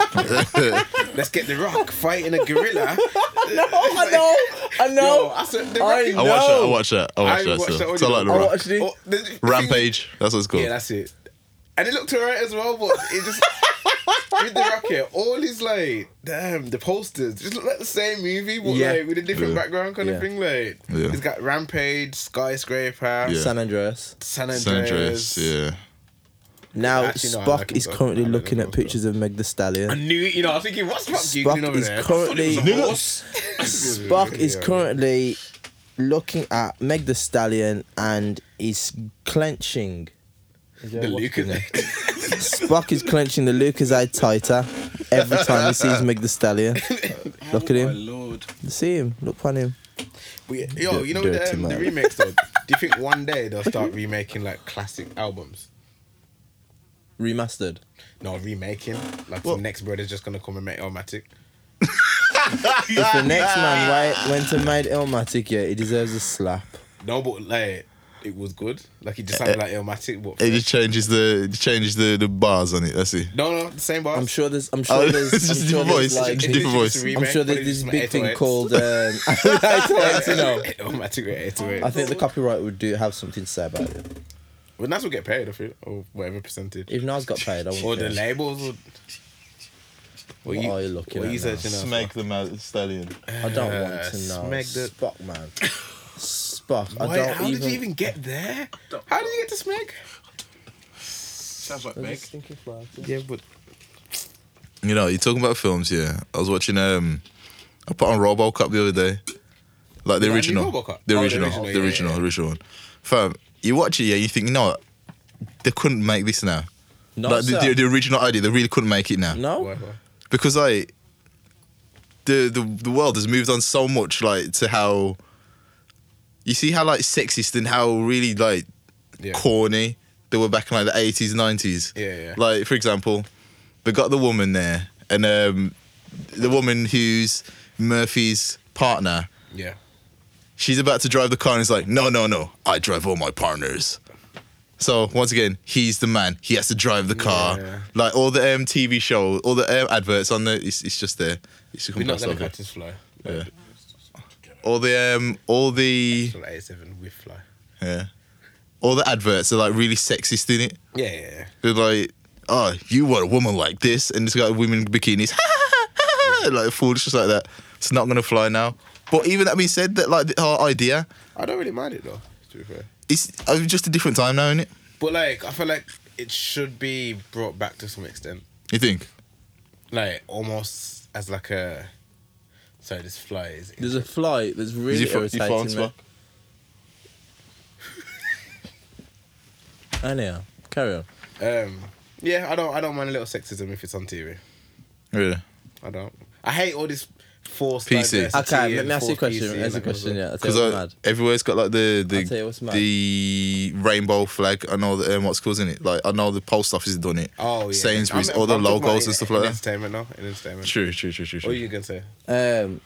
let's get the rock fighting a gorilla.
I know, I
Yo,
know.
I said the
I
Rocky-
I
know.
watched that. I watched that. I watched that.
watched that
so,
audio. Oh,
so I like the
I
rock.
watched it.
the- the thing-
Rampage. That's what it's called.
Yeah, that's it. And it looked alright as well, but it just with the rocket, all his like, damn, the posters just look like the same movie, but
Yeah.
like with a different
Yeah.
background kind
Yeah.
of thing. Like,
Yeah.
he's got Rampage, Skyscraper,
Yeah.
San Andreas.
San Andreas.
San Andreas, yeah.
Now
Actually, no, I
Spock
like it
is
though.
currently
I like it
looking
though.
at pictures of Meg the Stallion.
I knew, you know, I was thinking, what's Spock
Spock
googling over
is
there?
currently Spock is
Yeah.
currently looking at Meg the Stallion and is clenching.
The Lucas.
Spock is clenching the Lucas eye tighter every time he sees Meg the Stallion. Look at
Oh, My
him.
lord.
See him. Look on him.
But yeah, yo,
Di-
you know
dirty
the, um, the
man.
remakes though. Do you think one day they'll start remaking like classic albums?
Remastered.
No, remaking. Like the next brother's just gonna come and make Elmatic.
If the next man right went and made Illmatic, yeah, he deserves a slap.
No, but like it was good. Like
Eh,
it just sounded like Elmatic, but
It just changes the it changes the, the bars on it. That's it.
no, no, the same bars.
I'm sure there's. I'm sure
Oh,
there's.
it's
I'm
just a
sure
different
there's,
voice.
like,
It's a different voice.
It's a
I'm sure
remake,
there's
but it's
this
just
big
like
thing
808s.
called. Um, I
Elmatic with eight to eight.
think the copyright would do have something to say about it.
But Nas will get paid, I feel, or whatever percentage.
If Nas got paid, I would.
or the labels would. What,
are you looking
what
at
you
now?
searching out
the mouth stallion.
I don't want to
Uh,
know.
smack the-
Spock, man. Spock.
for?
I
Why-
don't
how
even.
did you even get there? How did you get to Smeg?
Sounds like
I
Meg.
just think it's like-
Yeah, but
You know, you're talking about films, yeah. I was watching um I put on Robocop the other day. Like the
new
original.
Robocop?
The
Oh, the
original.
original,
the
yeah,
original,
yeah.
the original one. Fam, you watch it, yeah, you think, you know what? They couldn't make this now.
No,
like the,
sir.
the, the original idea, they really couldn't make it now.
no.
whatever.
Because like the, the the world has moved on so much like to how you see how like sexist and how really like
Yeah.
corny they were back in like the eighties, nineties.
Yeah, yeah.
Like for example, they got the woman there, and um, the woman who's Murphy's partner.
Yeah.
She's about to drive the car, and he's like, "No, no, no! I drive all my partners." So once again, he's the man. He has to drive the car.
Yeah.
Like all the um, TV show, all the um, adverts on the, it's, it's just there. It's just
We're not
compressed
gonna
over.
catch this fly.
Yeah. All the um, all the
Like eighty-seven with fly.
yeah, all the adverts are like really sexist in it.
Yeah, yeah, yeah.
They're like, oh, you want a woman like this, and it's got women in bikinis, like foolish, just like that. It's not gonna fly now. But even that being said, that like the, our idea,
I don't really mind it though. To be fair,
it's uh, just a different time now, isn't it?
but like I feel like it should be brought back to some extent,
You think?
like almost as like a. Sorry, this fly is.
There's a fly that's really
Is it fo- you found
irritating me.
Spock?
Anyhow, carry on.
Um, yeah, I don't. I don't mind a little sexism if it's on TV.
Really?
I don't. I hate all this forced.
PC.
diversity
Okay, let
and
me ask you a
forced PC,
question. Ask you a
like,
question. Yeah, I'll tell
Because
you what's mad.
everywhere's got like the
I'll tell you what's
the
mad.
the rainbow flag. I know the, um, what's causing it. Like I know the post office has done it.
Oh yeah.
Sainsbury's,
I'm-
all the
I'm talking about
logos
in-
and stuff
in
like that.
Entertainment, no, in entertainment.
True, true, true, true,
What
true.
are you gonna say?
Um,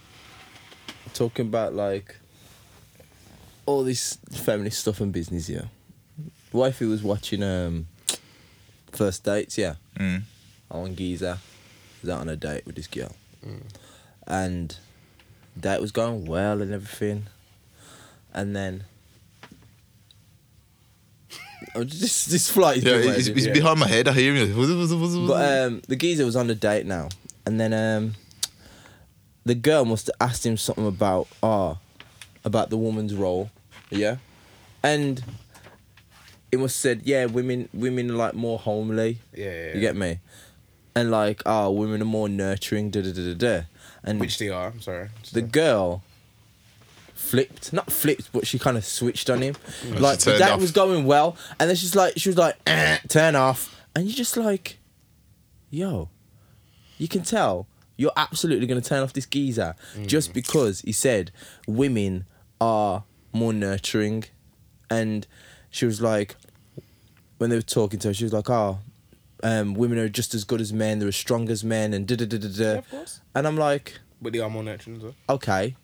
talking about like all this feminist stuff and business. Yeah, wifey was watching um first dates. Yeah,
Mm.
on Giza, was out on a date with this girl,
Mm.
and date was going well and everything, and then. Oh, just this flight. is
Yeah,
doing what
it's,
it
it's
is.
behind my head. I hear you.
But um, the geezer was on a date now, and then um, the girl must have asked him something about ah, about the woman's role, yeah, and it was said, yeah, women women are like more homely.
Yeah, yeah, yeah.
You get me, and like ah, women are more nurturing. Da da da da da, and
Which they are. I'm sorry.
the girl flipped not flipped but she kind of switched on him like
turned
that
off.
was going well and then she's like she was like "Eh, turn off and you're just like yo you can tell you're absolutely going to turn off this geezer
Mm.
just because he said women are more nurturing and she was like when they were talking to her she was like oh um, women are just as good as men they're as strong as men and da da da da da
of course.
and i'm like
But they are more nurturing as well.
okay,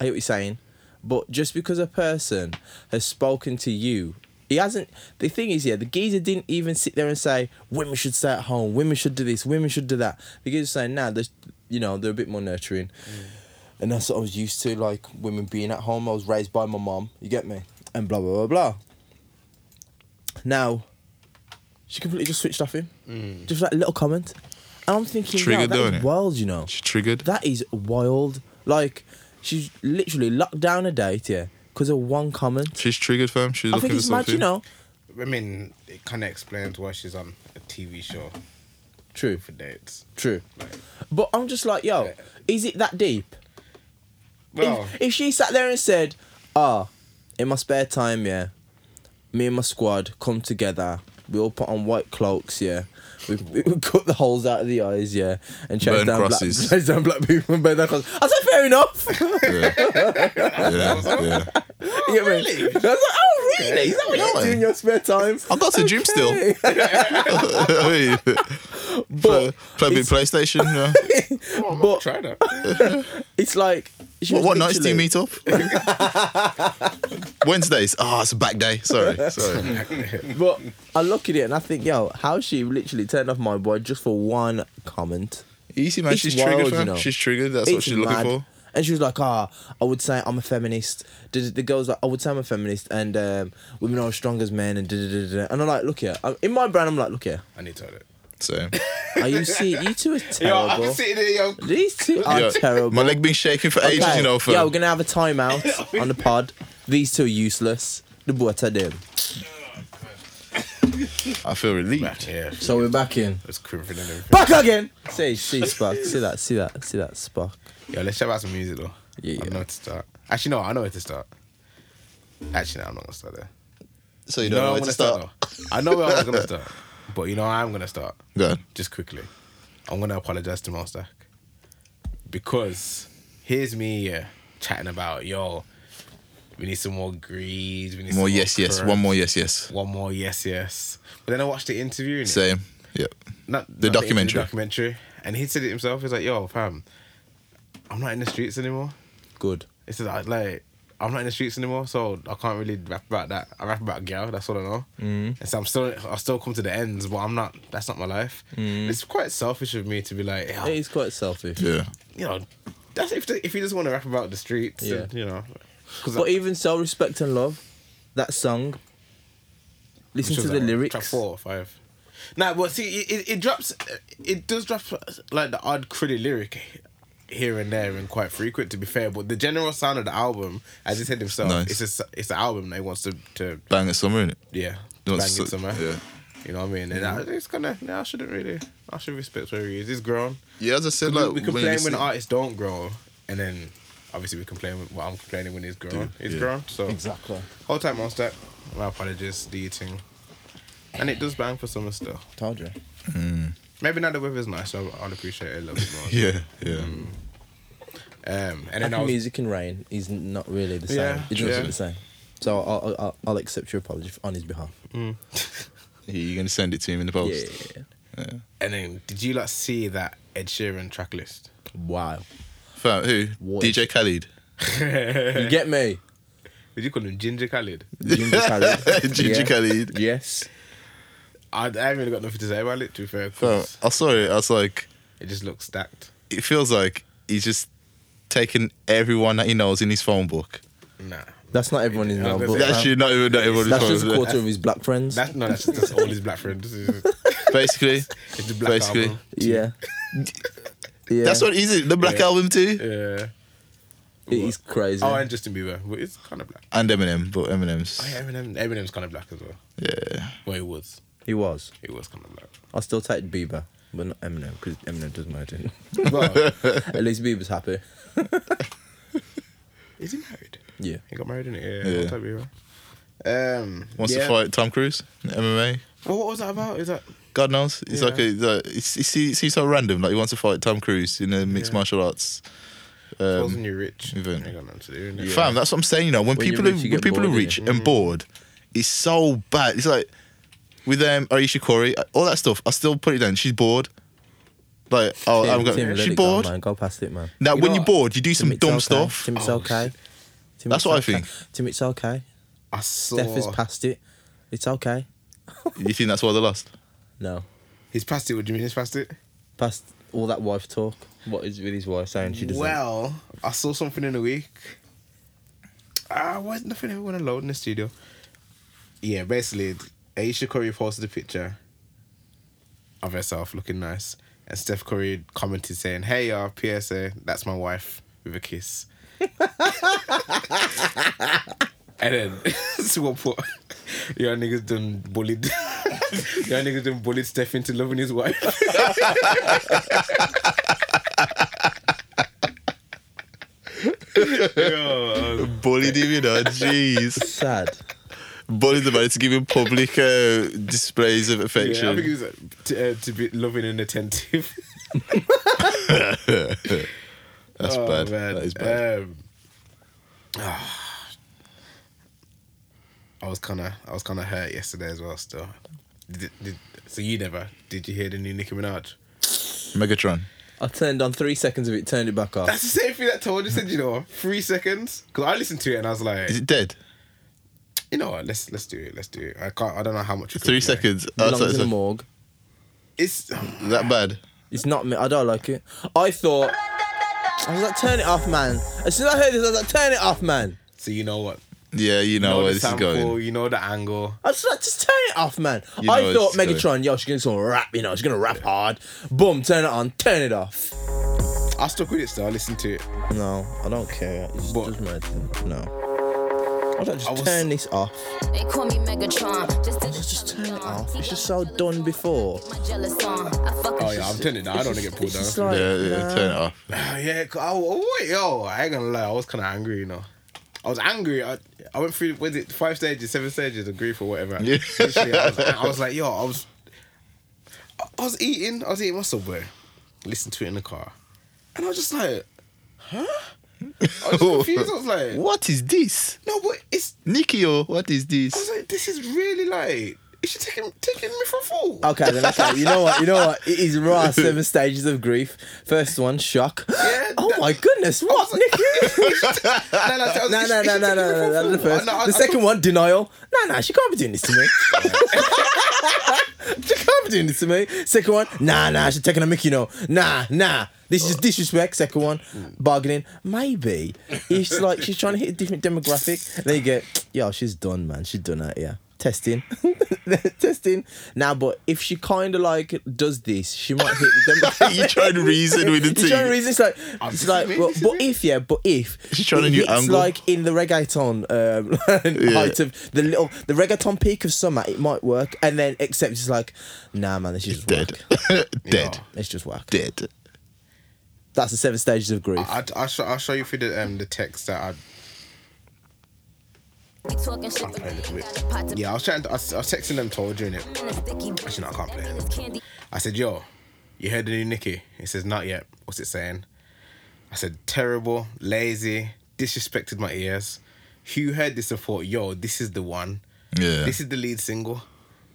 I hear what you're saying, but just because a person has spoken to you, he hasn't. The thing is, yeah, the geezer didn't even sit there and say women should stay at home, women should do this, women should do that. The geezer's saying, nah, there's, you know, they're a bit more nurturing, and that's what I was used to, like women being at home. I was raised by my mom, you get me, and blah blah blah blah. Now, she completely just switched off him, just that little comment, I'm thinking,
Triggered,
wow,
don't
that is
it?
wild, you know.
She triggered.
That is wild. Like, she's literally locked down a date, yeah, because of one comment.
She's triggered, fam. She's
I
looking
think
for
it's mad,
something.
you know.
I mean, it kind of explains why she's on a TV show
True,
for dates.
true. But I'm just like, yo, is it that deep?
Well,
Oh.
If, if she sat there and said, ah, in my spare time, yeah, me and my squad come together, we all put on white cloaks, yeah, we, we, we cut the holes out of the eyes, yeah, and chase
Burn
down, black,
crosses.
chase down black people and burn their crosses. I said, fair enough.
Yeah. yeah, yeah.
you get me? I was like, oh, really? Is that what you do in your spare time?
I got to gym still.
Okay.
I mean, play,
but
play a bit
it's-
PlayStation. You know?
but
try that.
it's like she
what
was
what nights do you
literally-
meet up? Wednesdays. Ah, it's a back day. Sorry, sorry.
But I look at it and I think, yo, how she literally turned off my boy just for one comment.
Easy man.
It's
She's
wild,
triggered,
you
fam.
know.
She's triggered. That's what
It's
she's
mad.
looking for.
And she was like, ah, I would say I'm a feminist. The, the girl's like, I would say I'm a feminist, and um, women are as strong as men, and da da da da. And I'm like, look here. I'm, in my brain, I'm like, look here.
I need toilet.
So
Are you see, you two are
Yo, I'm
terrible.
sitting there, yo.
These two are
Yeah,
terrible.
My leg been shaking for ages, you know. Fam.
yeah, we're gonna have a timeout on the pod. These two are useless. The what I did.
I feel relieved.
Yeah,
So we're back in.
it's quivering and everything.
Back again. See, see Spock. See that. See that. See that Spock.
Yo, let's chat about some music though.
Yeah,
I
yeah.
know where to start. Actually, no, I know where to start. Actually, no, I'm not gonna start there.
So you
You
don't
know
know
where
where
I'm
to
gonna
start.
start. though? I know where I was gonna start, but you know where I'm gonna start.
Go on.
Just quickly, I'm gonna apologize to Mostack because here's me uh, chatting about yo. We need some more greed. We need some
More yes, yes.
crunch,
One more yes, yes.
One more yes, yes. But then I watched the interview. And
Same. Yep.
not
The
not
documentary.
The documentary, and he said it himself. He's like, "Yo, fam, I'm not in the streets anymore."
Good.
He said, "I- "Like, I'm not in the streets anymore, so I can't really rap about that. I rap about girl. That's all I know. Mm. And so I'm still, I still come to the ends, but I'm not. That's not my life.
Mm.
It's quite selfish of me to be like, "Yeah,
It is quite selfish.
Yeah.
you know, that's if if you just want to rap about the streets, yeah,
Yeah.
you know." 'Cause
But
I-
even so, respect and love. That song. Listen
Which
to
was
the
that one?
lyrics.
Track four or five. Nah, but see, it, it, it drops, it does drop like the odd cruddy lyric here and there and quite frequent, to be fair. But the general sound of the album, as he said himself, it's
Nice.
a, s- it's an album that he wants to, to
Bang at summer, innit?
yeah,
You
bang
want
it
to su-
somewhere.
yeah.
You know what I mean? And I, it's kind of, nah, I shouldn't really, I should respect where he is. He's grown.
Yeah, as I said,
We-
like
we
you
complain when
listen-
artists don't grow, and then obviously we complain, when, well, I'm complaining when he's grown. He's
yeah.
grown, so.
Exactly.
Hold tight, Monster. My apologies, the eating. And it does bang for summer still.
Told you.
Maybe now the weather's nice, so I'll appreciate it a little bit more.
Yeah, yeah.
Um, and then I
Apple
was,
music and rain is not really the same.
Yeah,
it doesn't
yeah.
the same. So I'll, I'll- I'll, I'll accept your apology on his behalf.
You're gonna send it to him in the post.
Yeah.
and then did you like see that Ed Sheeran track list?
Wow.
Fam, who?
What?
DJ Khalid.
You get me.
Did you call him Ginger Khalid?
Ginger Khalid.
Ginger
Yeah.
Khalid.
Yes.
I, I haven't really got nothing to say about it. To be fair, 'cause
Fam, I saw it. I was like,
it just looks stacked.
it feels like he's just taking everyone that he knows in his phone book.
Nah,
That's not everyone in
I
our
was gonna
book.
say-
That's
man.
actually not even not everyone's
That's
phone
just a
book.
quarter of his black friends.
that's no, that's just that's all his black friends. It's
Basically,
the black
Basically.
album.
yeah. yeah.
that's what it is it? The Black
Yeah.
Album too,
Yeah.
it is crazy.
Oh, and Justin Bieber, but it's kind of black.
and Eminem, but Eminem's.
Oh, yeah, Eminem, Eminem's kind of black as well.
Yeah,
Well, he was.
he was.
He was kind of black.
I'll still take Bieber, but not Eminem because Eminem doesn't matter.
Well,
At least Bieber's happy.
is he married?
Yeah.
He got married in it.
Yeah.
Yeah. I'll tell you what. Um,
wants
yeah.
to fight Tom Cruise in MMA.
Well, what was that about? Is that
God knows. It's
Yeah.
like a, like, it's, it se- seems so random. Like he wants to fight Tom Cruise in a mixed
Yeah.
martial arts.
wasn't
Um,
you rich?
event.
Ain't got nothing to do. innit?
Fam, that's what I'm saying. You know, when,
When you're
people
rich,
are
you
when
get
people are
bored,
rich
innit?
and bored, it's so bad. It's like with um Aisha Corey, all that stuff. I still put it down. She's bored. Like oh, I'm
Tim,
going.
let
She's
it go,
bored.
man. Go past it, man.
You
now, when
know
you're
what?
bored, you do some
Tim, it's
dumb
okay.
stuff.
Tim, it's
Oh,
okay. Tim,
That's
it's
what I
okay.
think.
Tim, it's okay.
I saw.
Steph is past it. It's okay.
You think that's why they lost?
No.
He's past it. What do you mean he's past it?
Past all that wife talk. What is with his wife saying she doesn't?
Well, I saw something in the week. Ah, why is nothing ever going to load in the studio? Yeah, basically, Aisha Curry posted a picture of herself looking nice, And Steph Curry commented saying, "Hey, uh, PSA, that's my wife with a kiss." and then someone put, "Your niggas done bullied. Your niggas done bullied Steph into loving his wife." Yo,
Bullied him, you know. Jeez.
Sad.
Bullied the man to give him public uh, displays of affection.
Yeah, I think it was uh, to, uh, to be loving and attentive.
That's
Oh,
bad.
man.
That is bad.
Um, Ah. I was kind of, I was kind of hurt yesterday as well. Still, Did- did- so you never did you hear the new Nicki Minaj?
Megatron.
I turned on three seconds of it, turned it back off.
That's the same thing that told you said. You know, what? three seconds. Because I listened to it and I was like,
Is it dead?
you know what? Let's let's do it. Let's do it. I can't. I don't know how much. it could
Three
be.
seconds. Oh,
Belongs
so-
in the
so-
morgue.
It's
that bad.
It's not me. I don't like it. I thought. I was like, turn it off, man. As soon as I heard this, I was like, turn it off, man.
so you know what.
Yeah, you know,
You know
where
the
this
sample,
is going.
You know the angle.
I was like, just turn it off, man.
You know
I
it's
thought
going-
Megatron, yo, she's gonna sort of rap, you know, she's gonna rap hard. Boom, turn it on, turn it off.
I stuck with it still. I listened to it.
No, I don't care. It just
But-
doesn't matter to me. No. I don't just
was-
turn this off.
They call me Megatron. Just,
Just turn it off. It's just so done before.
My jealous on. I fucking
Oh yeah, I'm turning it down. I don't want to get pulled
It's
down.
just like,
Yeah, yeah,
nah.
turn it off.
Oh, yeah, 'cause I, oh, wait, yo, I ain't gonna lie, I was kind of angry, you know. I was angry. I, I went through was it five stages, seven stages of grief or whatever.
Yeah.
Literally, I, was, I was like, yo, I was, I- I was eating, I was eating my subway, listened to it in the car, and I was just like, huh? I was confused. I was like,
What is this?
no, but it's.
Nikio, what is
I was
this?
like, this is really like. It's just taking taking me for a fool.
Okay, then okay. You know what? You know what? It is raw seven stages of grief. First one, shock.
Yeah,
oh
that-
my goodness, what, Nicky?
No, no, I was-
No,
it's-
no,
it's just
no, no,
taking me
no,
for
no,
a
no,
fool.
the first.
No, I-
The
I
second
thought-
one, denial. No, no, she can't be doing this to me. she can't be doing this to me. Second one, nah, nah, she's taking a mickey, no. Nah, nah. This is
Oh.
disrespect. Second one,
Hmm.
bargaining. Maybe. It's like she's trying to hit a different demographic. And then you get, yo, she's done, man. She's done that, yeah. Testing. Testing. Now, but if she kind of like does this, she might hit the demographic.
you trying to reason with the
It's trying to
team.
reason. It's like,
this
it's
is
like,
me,
well,
this is
but
me.
if yeah, but if
She's trying a new
it's
angle.
like in the reggaeton um,
Yeah.
height of the little the reggaeton peak of summer, it might work. And then except it's like, nah, man, this is just
Dead.
whack.
Dead.
It's just whack.
Dead.
That's the seven stages of grief.
I, I, will show, I'll show you through the um the text that I
talking shit
play a little bit.
pot to
Yeah, I was trying. To, I, was, I was texting them, told you in it.
and a sticky.
Actually, no, I can't play it.
That thing is candy.
I said, "Yo, you heard the new Nicki?" It says, "Not yet." What's it saying? I said, "Terrible, lazy, disrespected my ears." Who heard this and thought, "Yo, this is the one.
Yeah.
This is the lead single."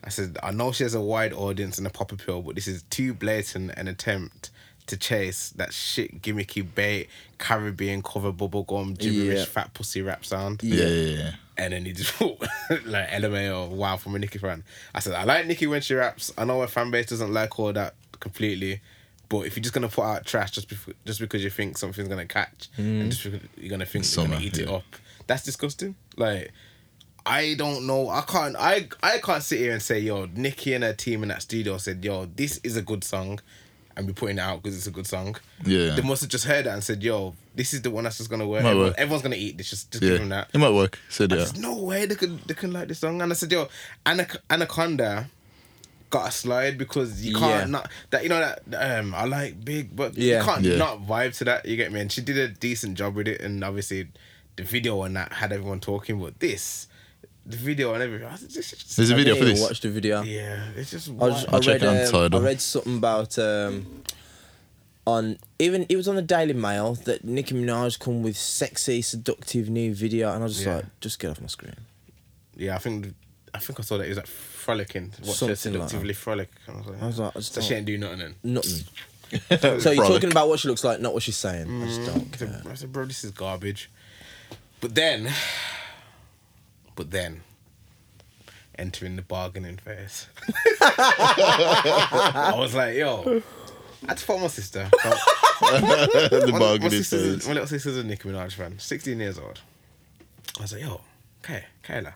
I said, "I know she has a wide audience and a pop appeal, but this is too blatant an attempt." To chase that shit gimmicky bait Caribbean cover bubblegum gibberish
Yeah.
fat pussy rap sound
yeah, yeah, yeah.
and then he just put like LMAO, wow, from a Nicki fan. I said, I like Nicki when she raps. I know her fan base doesn't like all that completely, but if you're just gonna put out trash just before, just because you think something's gonna catch and just because you're gonna think you're
Mm. Summer,
gonna eat it
yeah.
up, that's disgusting. Like, I don't know. I can't. I I can't sit here and say, yo, Nicki and her team in that studio said, yo, this is a good song, and we're putting it out because it's a good song.
Yeah.
They must have just heard that and said, yo, this is the one that's just gonna work.
Might
Everyone-
work.
Everyone's gonna eat this. Just, just give them
Yeah.
that.
It might work. Said yeah.
There's no way they could they couldn't like this song. And I said, yo, Anac- Anaconda got a slide because you can't
Yeah.
not that you know that um I like big, but
Yeah.
you can't
Yeah.
not vibe to that. You get me? And she did a decent job with it, and obviously the video and that had everyone talking. But this, the video and everything, I said, this is just-
There's a video
I
for
didn't
this.
Watch the video.
yeah, it's just.
I, was,
wild.
I
I'll check
read.
it on
um,
Tidal.
I read something about um, on even it was on the Daily Mail that Nicki Minaj come with sexy, seductive new video, and I was just
Yeah.
like, just get off my screen.
yeah, I think. I think I saw that it was like frolicking. Watch her
Something like that.
seductively frolic. I was like,
I was like, I just
so she
don't-
ain't doing nothing then.
Nothing. so you're
Frolic.
talking about what she looks like, not what she's saying. I just don't
I said,
care.
I said, bro, this is garbage. But then, but then, entering the bargaining phase. I was like, yo, I had to phone my sister.
the
My- my,
bargain is
sister's,
says.
my little sister's a Nicki Minaj fan, 16 years old. I was like, yo, okay, Kayla,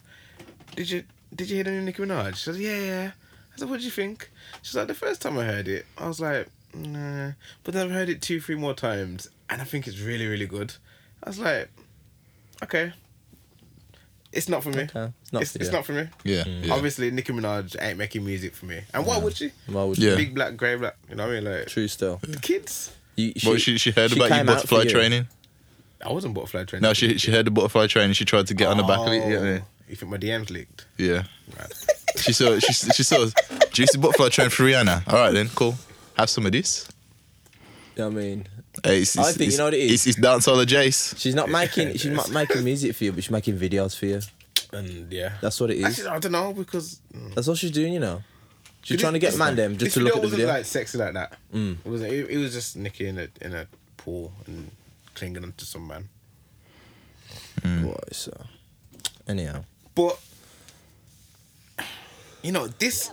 did you did you hear the new Nicki Minaj? She said, yeah, yeah. I said, what did you think? She's like, the first time I heard it, I was like, nah. But then I've heard it two, three more times, and I think it's really, really good. I was like, okay, it's not for me.
Okay, it's
It's
not
not, it's,
for you.
not for me.
Yeah. yeah.
Obviously, Nicki Minaj ain't making music for me, and why would she?
Why would
Yeah.
Big black, grey black. You know what I mean? Like
True still.
the kids.
You,
But she, she heard about your
came out for
butterfly
you.
training.
I wasn't butterfly trained.
No, she she heard the butterfly training. She tried to get on the back of it. Yeah,
Oh.
yeah.
Oh, You think my DMs leaked?
yeah.
Right.
She saw she she saw juicy butterfly train for Rihanna. All right then, cool. Have some of this.
I mean,
Hey, it's,
I
it's-
think you
it's-
know what it is.
It's, it's dancehall of Jace.
she's not making she's not making music for you, but she's making videos for you.
And yeah.
That's what it is.
Actually, I don't know because mm.
That's all she's doing, you know. She's
This-
trying to get
this-
man them
this
just to look at the
wasn't
video. Mm.
like sexy like that. It was. It, it was just Nicki in a in a pool and clinging onto some man.
Boy, so anyhow,
But you know this.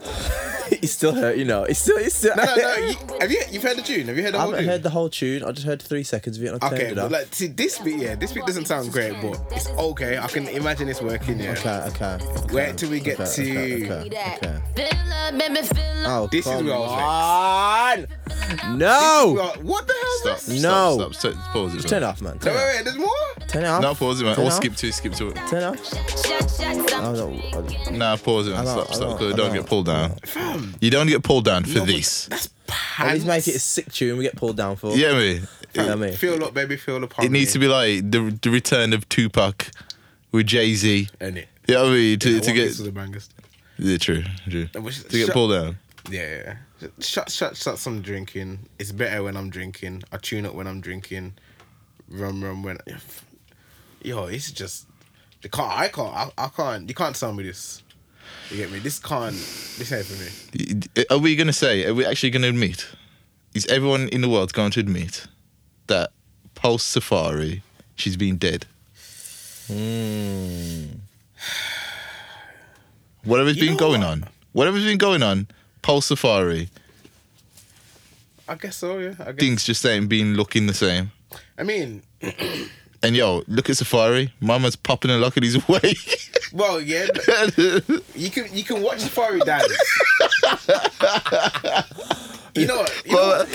it's still hurt, you know. It's still it's still.
No, no, no. You, have you you've heard the tune? Have you heard the
I
whole
haven't
tune?
heard the whole tune. I just heard three seconds of it. And I
Okay,
turned it
but
off.
like, see, this bit, yeah, this bit doesn't sound great, but it's okay. I can imagine it's working, yeah.
okay, okay.
Wait till we get
okay,
to.
okay, okay.
Give me that.
okay.
Fill up, baby, fill up.
Oh,
This is
come
where I was
on. No,
Well, What the hell?
Stop.
is this?
No.
Stop. stop. Stop. Pause it.
just
man.
turn it off, man.
No,
Turn it
wait,
off.
wait, there's more.
Turn it off.
No, pause it, man.
Turn
Or
off.
skip to it, skip to it.
Turn it off.
Shut, shut,
I
stop.
don't. I don't
Nah, pause it, man.
I don't-
Stop,
I
stop.
don't-
Don't,
I
don't
don't-
get pulled down. You don't get pulled down for
No, but
this.
That's
at least
pants.
make it a sick tune. We get pulled down for.
Yeah, me.
You know what I mean.
Feel up, baby, feel up.
It needs to be like the the return of Tupac with Jay Z.
And it.
Yeah, I mean to,
Yeah,
to
One
get
Piece was the bangers.
yeah, true, true.
No,
To
but sh-
get
shut-
pulled down.
Yeah, yeah. Shut, shut, shut some drinking. It's better when I'm drinking. I tune up when I'm drinking. Rum, rum when. Yo, it's just. They can't. I can't. I, I can't. You can't tell me this. You get me? This can't. This ain't for me.
Are we gonna say? Are we actually gonna admit? Is everyone in the world going to admit that post Safari she's been dead? Whatever's
Hmm. You
been
know
going
what?
on, whatever's been going on, post Safari
I guess so. Yeah. I guess.
things just ain't been looking the same.
I mean,
And yo, look at Safari. Mama's popping a lock at his way.
well, yeah. but You can you can watch Safari dance. you know what? You know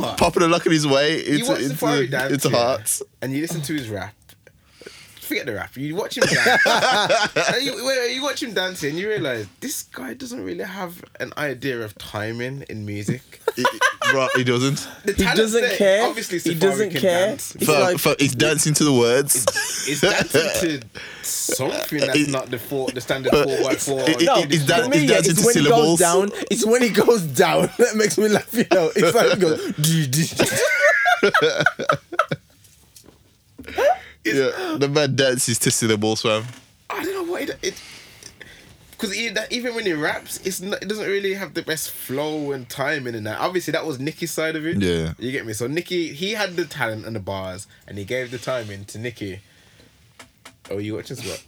what?
popping a lock at his way. It's,
watch
it's,
Safari dance,
it's
yeah.
hearts.
and you listen to his rap. Forget the rap. You watch him dance. And you, wait, wait, you watch him dancing. You realize this guy doesn't really have an idea of timing in music.
It- it- right, he doesn't.
The
He
talent's
doesn't
there.
care.
Obviously,
he
Safari
doesn't
can
care.
Dance.
He's
For,
like,
for, he's dancing to the words.
It's dancing to something that's not the four, the standard four by four.
it- it-
no,
it's dan-
for
it's
me, yeah,
dancing
it's
to
when he goes down.
syllables.
It's when he goes down that makes me laugh. You know, it's like he goes. "Dee, dee, dee."
yeah, the man dances to syllables, fam.
I don't know what it. it because even when he raps, it's not, it doesn't really have the best flow and timing and that. Obviously, that was Nicky's side of it.
Yeah.
you get me. So Nicky, he had the talent and the bars, and he gave the timing to Nicky. Oh, you watching Spot?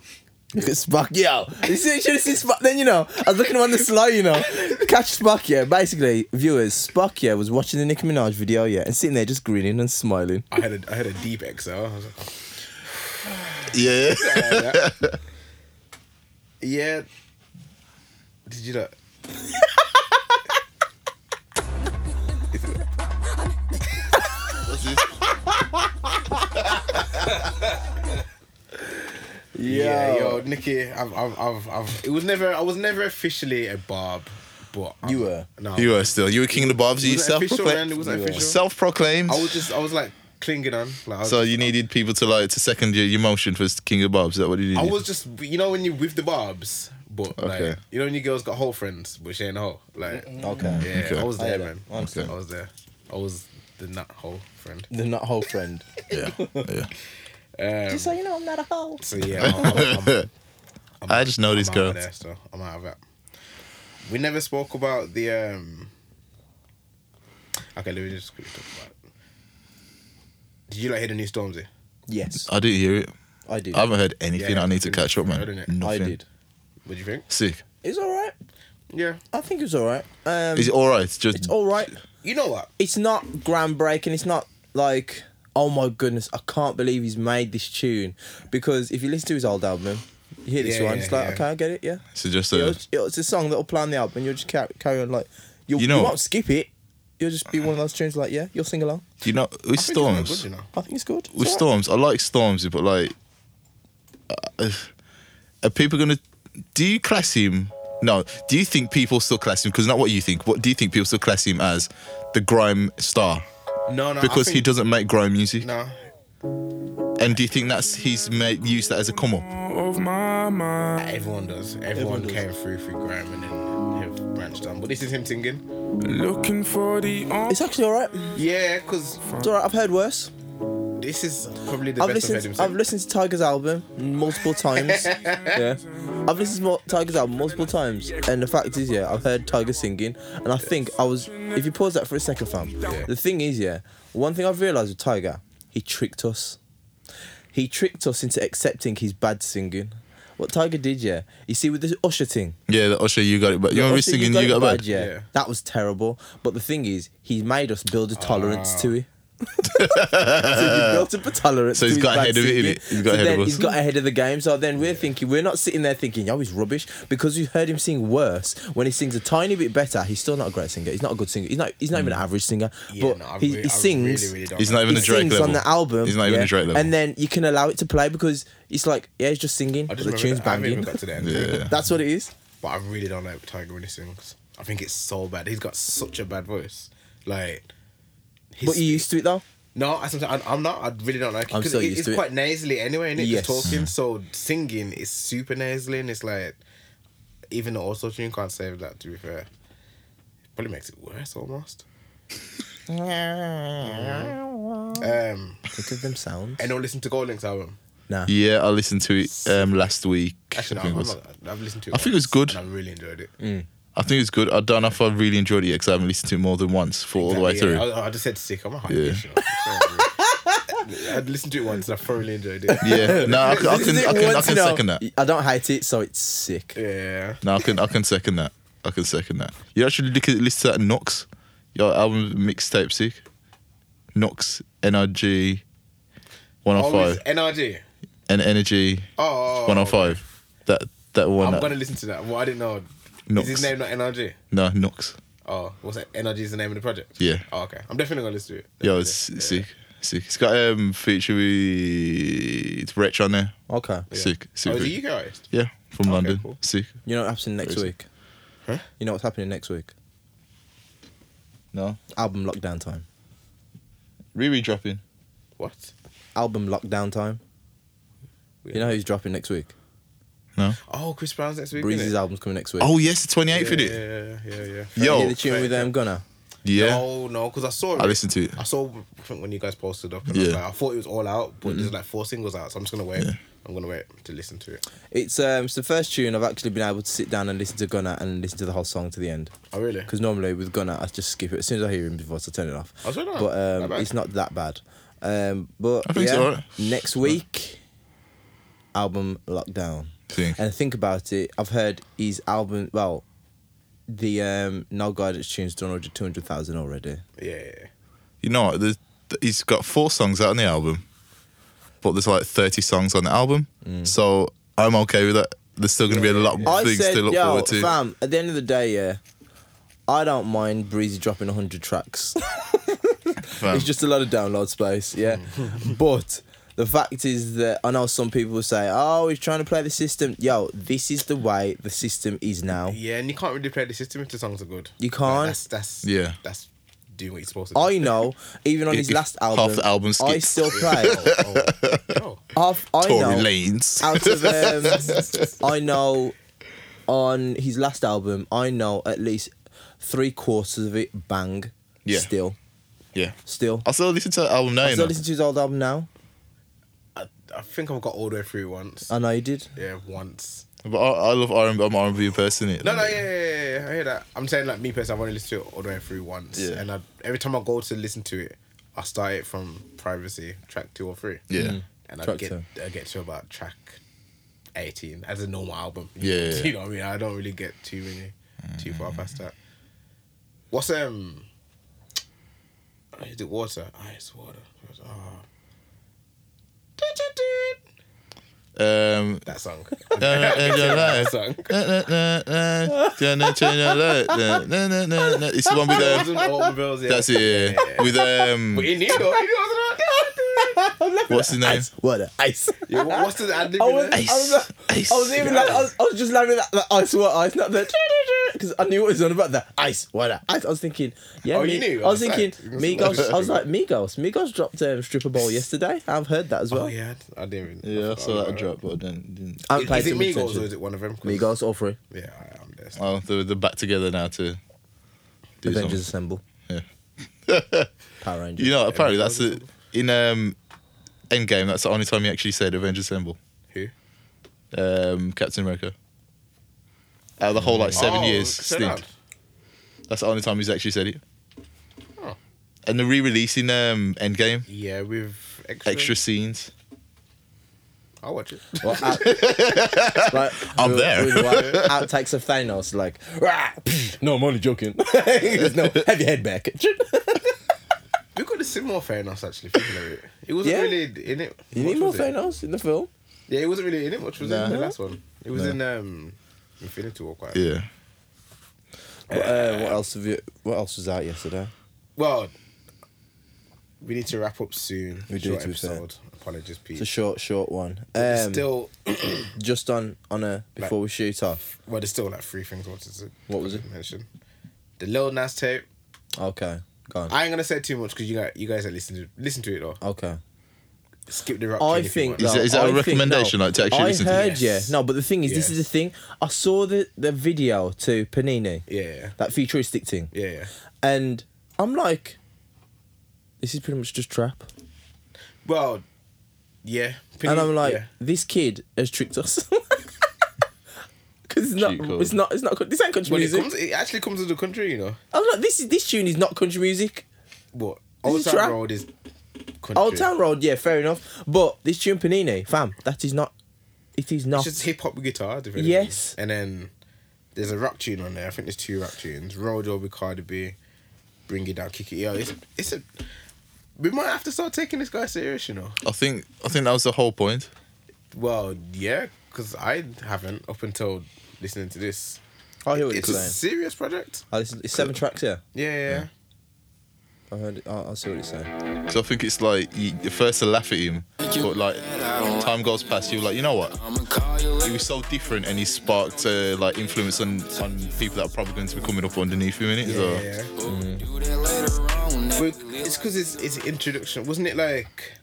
Look at Spock, yo. You see, you should've seen Spock. Then you know, I was looking on the slide, you know. Catch Spock, yeah. Basically, viewers, Spock, yeah, was watching the Nicki Minaj video, yeah, and sitting there just grinning and smiling.
I had a I had a deep exhale. I was like,
Yeah.
yeah. Did you not? Yeah, yo, Nikki, I've, I've, I've, I've, it was never, I was never officially a barb, but I'm-
You were.
no,
you were still. You were king of the bobs. You
It wasn't
self
official, man. It wasn't
proclaimed.
official.
Self proclaimed.
I was just, I was like clinging on, like, I was,
So you needed people to like to second your, your motion for king of bobs. Is that what you needed?
I was just, you know, when you with the barbs, but like,
Okay.
you know, when you girls got whole friends, but she ain't whole, like,
Okay.
yeah,
Okay.
I was
I
there,
get
man,
that. I understand.
I was there, I was the nut hole friend.
The not whole friend.
Yeah. yeah.
just so you know, I'm not a whole.
Um, So yeah, I'm, I'm, I'm,
I just know this
I'm out
girl.
of there, so I'm out of that. We never spoke about the. um Okay, let me just quickly talk about. It. Did you like hear the new Stormzy?
Yes,
I didn't hear it.
I did.
I haven't heard anything.
Yeah,
I need to
it's
catch up, man.
good, isn't it?
I
Nothing.
did.
What do you think?
Sick.
It's all right.
Yeah,
I think it's all right. Um,
Is it all right? Just
it's all right.
you know what?
It's not groundbreaking. It's not like, oh my goodness, I can't believe he's made this tune. Because if you listen to his old album, you hear this
Yeah,
one,
yeah,
it's like,
yeah.
okay, I get it, yeah.
so just
It'll-
a,
It's, a song that'll play on the album, and you'll just carry, carry on like you'll, you
You know-
won't skip it. you'll just be one of those tunes like, yeah, you'll sing along.
You know, with
I think it's not
storms,
good, you know.
I think it's good. It's
with
alright.
storms, I like storms, but like, uh, are people gonna? Do you class him? No. Do you think people still class him? Because not what you think. What do you think people still class him as? The grime star
No, no. I
because he
think-
doesn't make grime music.
No.
And do you think that's he's made used that as a come up?
Everyone does. Everyone, came through through grime and then have branched on. But this is him singing.
Looking for the on.
It's actually all right.
Yeah, because
It's all right. I've heard worse.
this is probably the
I've
best I've heard him
listened. I've
sing.
listened to Tiger's album multiple times. yeah, I've listened to Mo- Tiger's album multiple times, and the fact is, yeah, I've heard Tiger singing, and I think I was. If you pause that for a second, fam, the thing is, yeah, one thing I've realised with Tiger, he tricked us. He tricked us into accepting his bad singing. What Tiger did, yeah, you see with the Usher thing.
Yeah, the Usher, you got it. But you remember
Usher,
his singing, you got
It
it
Bad,
back.
yeah.
Yeah.
That was terrible. But the thing is, he made us build a tolerance
Ah.
to it. so he built up a tolerance.
So
to
he's
his
got
bad
ahead of it,
singing.
innit? He's got
So
ahead of
then
us.
He's got ahead of the game. So then we're thinking, we're not sitting there thinking, "Yo, he's rubbish," because we've heard him sing worse. When he sings a tiny bit better, he's still not a great singer. He's not a good singer. He's not. He's not
Mm.
even an average singer.
Yeah,
but
no, I
he,
re-
he
I
sings.
really, really don't
He's
know.
not even
he
a Drake
sings
level.
on the album.
He's not even
yeah,
a Drake level.
And then you can allow it to play because it's like, yeah, he's just singing.
I
but
just
The
remember
tune's
that- I haven't even
banging.
got to the end.
Yeah.
That's what it is.
But I really don't like Tiger when he sings. I think it's so bad. He's got such a bad voice. Like, his,
But you used to it though.
no, I sometimes I'm not. I really don't like it
I'm
because
so used
it's
to it.
quite nasally anyway, and it's
Yes.
Mm.
talking. So singing is super nasally, and it's like even the auto tune can't save that. To be fair, it probably makes it worse almost. um,
Think of them sounds.
anyone listen to Goldlink's album?
Nah.
Yeah, I listened to it um, last week.
Actually, no,
I think
I'm
it was.
not, I've listened to it.
I think it was
once,
good. Mm.
and I really enjoyed it.
I think it's good. I don't know if I really enjoyed it yet because I haven't listened to it more than once for all the way
Exactly,
through.
yeah. I, I just said sick. I'm a high
Yeah.
I'd listened to it once and I thoroughly enjoyed it.
Yeah, no, I, can- I
This
can,
is it
I can, I
once,
can
you know.
second that.
I don't hate it, so it's sick.
Yeah.
No, I can, I can second that. I can second that. You actually look at listen to that Knox, your album mixtape sick. Knox NRG,
Always
105
NRG.
and oh Energy
Oh,
105. That that one.
I'm
that-
gonna listen to that. Well, I didn't know.
Knox.
Is his name not NRG?
no, Knox.
Oh, what's that? NRG is the name of the project.
Yeah.
Oh, okay. I'm definitely gonna listen to it.
Yo, it's sick. Sick. It's got um feature with Wretch on there.
Okay.
Sick. Sick.
Oh, is
feat-
he a UK artist?
Yeah, from London.
cool.
Sick.
You know what's happening next
Crazy.
week? You know what's happening next week?
No.
Album lockdown time.
Riri dropping.
What?
Album lockdown time. You know who's dropping next week?
No.
Oh, Chris Brown's next week.
Breezy's
innit?
album's coming next week.
Oh yes, the twenty
Yeah,
eighth, it?
yeah, yeah, yeah, yeah.
You
Yo.
hear the tune with um, Gunner.
Yeah.
No, no, because I saw. It.
I listened to it.
I saw I think when you guys posted up. And I, was
Yeah. Mm-hmm.
like, I thought it was all out, but there's like four singles out, so I'm just gonna wait. I'm gonna wait to listen to it.
It's um, it's the first tune I've actually been able to sit down and listen to Gunner and listen to the whole song to the end.
Oh, really?
Because normally with Gunner, I just skip it as soon as I hear him voice, I turn it off.
I swear to God,
but
that
um,
bad.
it's not that bad. Um, but
I think it's
yeah,
alright.
next week, album lockdown.
Think.
And think about it. I've heard his album. Well, the um, No Guidance tunes done over two hundred thousand already.
Yeah, yeah, yeah.
You know what? There's, he's got four songs out on the album, but there's like thirty songs on the album.
Mm.
So I'm okay with that. There's still gonna be a lot of
I
things
said,
to look
yo,
forward to.
fam. At the end of the day, yeah, I don't mind Breezy dropping hundred tracks.
Fam.
It's just a lot of download space, yeah.
Mm.
but the fact is that I know some people will say, "Oh, he's trying to play the system." Yo, this is the way the system is now.
Yeah, and you can't really play the system if the songs are good.
You can't.
that's that's
Yeah.
That's doing what you're supposed to. do.
I know, even on
If-
his
if
last
half
album,
the album
I
skipped.
still play.
Oh, oh.
half, I
Tory
know,
Lanes.
out of um, I know on his last album, I know at least three quarters of it bang.
Yeah.
Still,
yeah.
still.
I still listen to that album now.
I
you
still
know.
listen to his old album now.
I, I think I've got all the way through once.
I know you did.
yeah, once.
But I, I love R&B. I'm an R&B person. innit?
No, no, yeah, yeah, yeah, yeah, I hear that. I'm saying like me personally, I've only listened to it all the way through once,
Yeah.
and I, every time I go to listen to it, I start it from Privacy track two or three.
Yeah. Mm.
and I
Track
get
two.
I get to about track eighteen as a normal album.
Yeah, yeah, yeah. Mm.
you know what I mean. I don't really get too many, too far past that. What's um? Is it water? Ah, it's water. Oh.
Um,
That song.
it's
song.
the one with um, that's it. yeah. With
But
um,
in Edo, Edo was
what's his name?
Ice. What the ice?
not. Yo, What's the ad lib
I
in
was,
it?
I was, like- I was even like, I was, I was just laughing at that ice, water ice, not the because I knew what it was on about the ice, water ice. I was thinking, yeah,
Oh, you
Mi-
knew?
I was
I was
thinking,
like- you must
Migos.
have-
I was like, Migos. Migos dropped um, stripper ball yesterday. I've heard that as well.
Oh, yeah. I didn't even.
Yeah, I saw that
forgot.
drop, but I didn't. didn't.
I haven't
Is
paid
it
too much
Migos
attention.
or is it one of them? 'Cause-
Migos, all three.
Yeah, I am. This.
Oh, they're, they're back together now to do something.
Avengers Assemble.
Yeah.
Power Rangers.
You know, apparently that's the in um, Endgame. That's the only time he actually said Avengers Assemble.
Who?
Um, Captain America. Out of the whole like seven
Oh,
years
sit
stint,
down.
that's the only time he's actually said it.
Oh.
And the re-releasing um, Endgame
Yeah, with extra.
extra scenes.
I'll watch it.
Well, out- like,
I'm
with-
there.
with what- outtakes of Thanos, like, "Rah, pff, no, I'm only joking. There's no, have your head back.
We could have seen more Thanos actually. Thinking of it, it wasn't
Yeah.
really in it.
you
much,
need more
was it?
Thanos in the film.
Yeah, it wasn't really in it much. Was it in the
Nah.
last one? It was in um, Infinity War. Quite.
Yeah.
What, uh, what else have you? What else was out yesterday?
Well, we need to wrap up soon.
We do,
Short
to be fair.
episode. Apologies, Pete.
It's a short, short one.
There's
Um,
still,
just on on a before
Like-
we shoot off.
well, there's still like three things I wanted to.
What was it?
Mention the Lil Nas tape.
Okay, go on.
I ain't gonna say too much because you guys, you guys are listening to listen to it though.
okay.
Skip the rap.
I
king if you
think
want.
that- Is it- is that
a
a recommendation, like, to actually
I
listen to it?
heard,
Yes.
yeah. No, but the thing is, this
Yeah.
is the thing. I saw the the video to Panini,
Yeah,
that futuristic thing.
yeah, yeah.
And I'm like, this is pretty much just trap.
Well, yeah.
and I'm like,
yeah.
this kid has tricked us. Because it's not,
Cheat code.
it's not, it's not. co- This ain't country
when it
music.
comes, it actually comes to the country, you know.
I'm like, this is this tune is not country music.
What?
This
Old
is
Town
trap.
Road is country.
Old Town Road, yeah, fair enough. But this tune Panini, fam, that is not. It is not.
It's just hip hop guitar. if anything.
Yes.
And then there's a rap tune on there. I think there's two rap tunes. Roll Joe with Cardi B, Bring It Down, Kick It. Yo, it's it's a. We might have to start taking this guy serious, you know.
I think I think that was the whole point.
Well, yeah, because I haven't up until listening to this.
I hear what
It's
you're
a
saying.
serious project.
Oh, this is- it's seven tracks, yeah.
Yeah, yeah. yeah.
I heard. It, I, I see what you're saying.
So I think it's like you, you're first to laugh at him, but like time goes past, you're like, you know what? He was so different, and he sparked uh, like influence on on people that are probably going to be coming up underneath him in it. so.
Yeah, yeah. But it's because it's it's introduction, wasn't it? Like,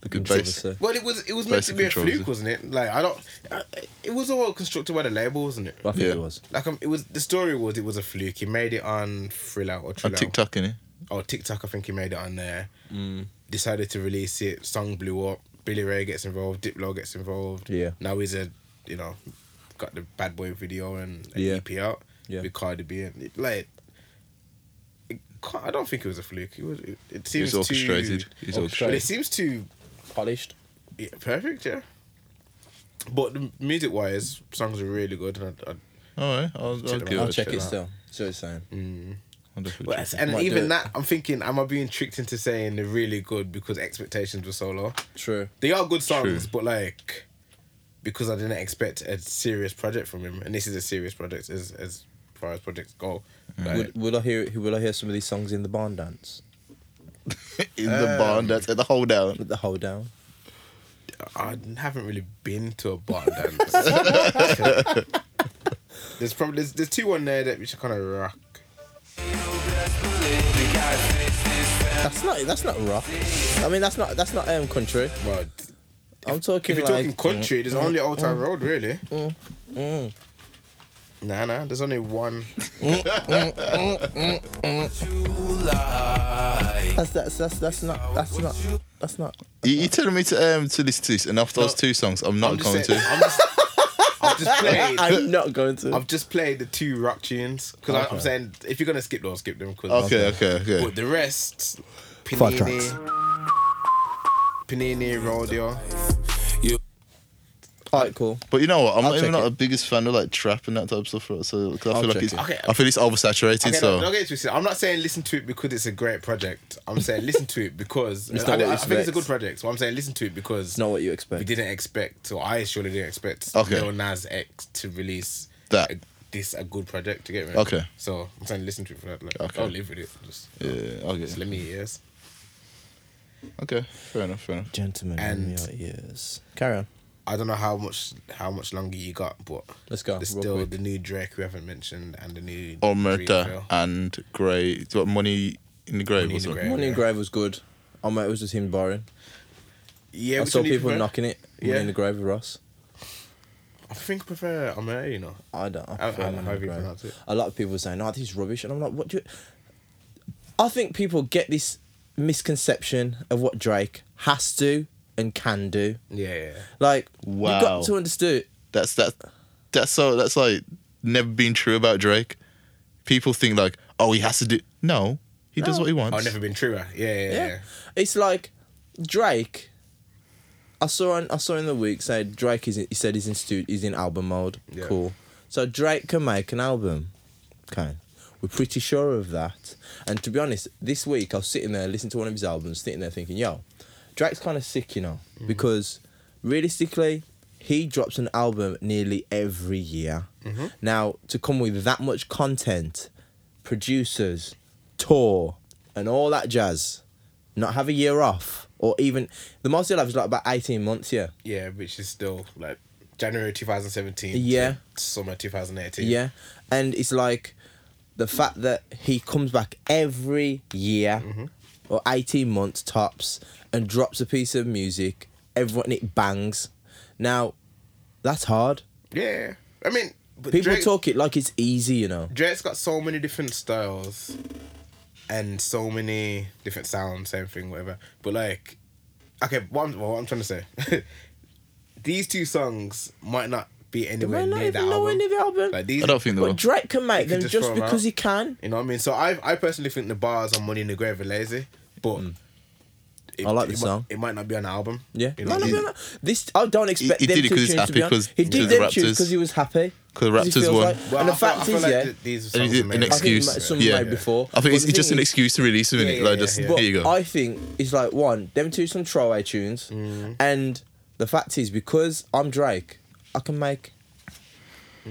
The good bass.
Controversy.
well, it was it was meant to
Basic
be a
controls,
fluke, wasn't it? Like, I don't. I, it was all constructed by the label, wasn't it?
I think
Yeah.
it was.
Like, um, it was the story was it was a fluke. He made it on Thriller or
On
Thriller.
TikTok, innit?
Oh, TikTok. I think he made it on there.
Mm.
Decided to release it. Song blew up. Billy Ray gets involved. Diplo gets involved.
Yeah.
Now he's a, you know, got the Bad Boy video and an
Yeah.
EP out
Yeah.
with Cardi B and it, like. it can't- I don't think it was a fluke. It was. It, it
It
seems
was orchestrated.
Too,
It was
but
orchestrated.
it seems too
Polished.
yeah, perfect. Yeah. But the music wise, songs are really good, and I, I
All right, I'll, I'll
Check them out. Mm.
give
I'll
it a
check
shot.
it still. See what you're saying.
I'll definitely
Well,
check it.
and
Might do it.
even that, I'm thinking, am I being tricked into saying they're really good because expectations were so low?
True.
They are good songs,
True.
but like, because I didn't expect a serious project from him, and this is a serious project as as far as projects go. Like,
Would, would I hear? Will I hear some of these songs in the barn dance?
in the barn, that's at the hold out.
With the hold down.
I haven't really been to a bar dance. there's probably there's, there's two on there that we should kind of rock.
That's not. That's not rock. I mean, that's not. That's not um country.
But
I'm
if
talking
you're
like
talking country, there's only Old Town Road, really. Nah, nah, there's only one.
that's, that's that's that's not that's not that's not.
You, you're telling me to um to listen to this, and after those two songs, I'm not
I'm just
going
saying-
to.
I'm just, I've just played.
I'm not going to.
I've just played the two rock tunes because I'm saying if you're gonna skip those, skip them. 'cause-
Okay, okay, okay.
But the rest,
Five
Panini, Panini Rodeo.
Alright, cool.
But you know what? I'm
I'll
not even
check
not
it.
the biggest fan of like trap and that type of stuff. Right? So 'cause I
I'll
feel like
check
it's,
it.
Okay.
I feel it's oversaturated.
Okay,
so
no, don't get it twisted. I'm not saying listen to it because it's a great project. I'm saying listen to it because
It's
I,
not what
I,
you
I think it's a
expect.
good project. So I'm saying listen to it because
It's not what you
we
expect.
didn't expect, or I surely didn't expect
Okay.
Lil Nas X to release
That.
a, this a good project to get me.
Okay.
So I'm saying listen to it for that. Like,
Okay.
I'll live with it. Just,
yeah, okay,
just let me yes.
okay, fair enough, fair enough.
Gentlemen
And-
in your ears. Carry on.
I don't know how much how much longer you got, but
Let's go,
There's
real
still
quick.
the new Drake we haven't mentioned and the new
Or
Dreamville.
murder and grey. it's What money in the grave
Money in
or
the
something?
Grave.
Morning
yeah.
Grave was good. Oh mate, it was just him barring.
Yeah,
I
which
saw
one do you
people
prefer?
knocking it. Yeah.
Yeah.
in the Grave with Ross.
I think I prefer Amir, you know.
I don't. I,
I- I
prefer
don't know
Morning
how you
Grave.
pronounce it.
A lot of people saying, "Oh, this is rubbish," and I'm like, "What do?" you... I think people get this misconception of what Drake has to and can do.
Yeah, yeah.
Like, you
Wow.
got to understand.
That's that. That's so. That's like never been true about Drake. People think like, oh, he has to do. No, he does
No.
what he wants.
Oh, never been truer. Yeah, yeah, yeah.
Yeah. It's like Drake. I saw on, I saw in the week said Drake is in, he said he's in stu- he's in album mode.
Yeah.
Cool. So Drake can make an album. Okay. We're pretty sure of that. And to be honest, this week I was sitting there listening to one of his albums, sitting there thinking, yo, Drake's kind of sick, you know, because realistically, he drops an album nearly every year. Now, to come with that much content, producers, tour, and all that jazz, not have a year off, or even the most he'll have is like about 18 months, yeah.
Yeah, which is still like January 2017. to
Yeah.
Summer 2018.
Yeah. And it's like the fact that he comes back every year
Mm-hmm.
or 18 months tops and drops a piece of music, everyone and it bangs. Now, that's hard.
Yeah. I mean, but
People
Drake,
talk it like it's easy, you know.
Drake's got so many different styles and so many different sounds, same thing, whatever. But like, okay, what I'm, what I'm trying to say, these two songs might not be anywhere
Might not
near that
even know
album.
any of the album.
Like these,
I don't think they will.
But Drake can make
could
them
just
just,
throw 'em
because
out.
he can.
You know what I mean? So I I personally think the bars on Money in the Grave are lazy, but
Hmm.
it,
I like
it might-
the song.
it might not be on the album.
Yeah.
You know,
no,
what I
no,
mean?
no, no. This I don't expect
he
them
did it 'cause
two
he's
tunes to be
happy
on.
'cause
He
the
did them
Raptors-
tunes because he was happy.
'Cause the
he
Raptors
feels
won.
like-
Well,
and the
I feel-
fact
I feel
is,
like
yeah.
th- these
And
songs
it's
are
an
made-
excuse.
I think some
yeah.
made before.
I
But
think it's,
the
it's just
thing
an
is-
excuse to release him.
Yeah,
innit?
yeah,
like,
yeah,
just
yeah.
here
But
you go.
I think it's like one, them two some throwaway tunes,
Mm.
and the fact is because I'm Drake, I can make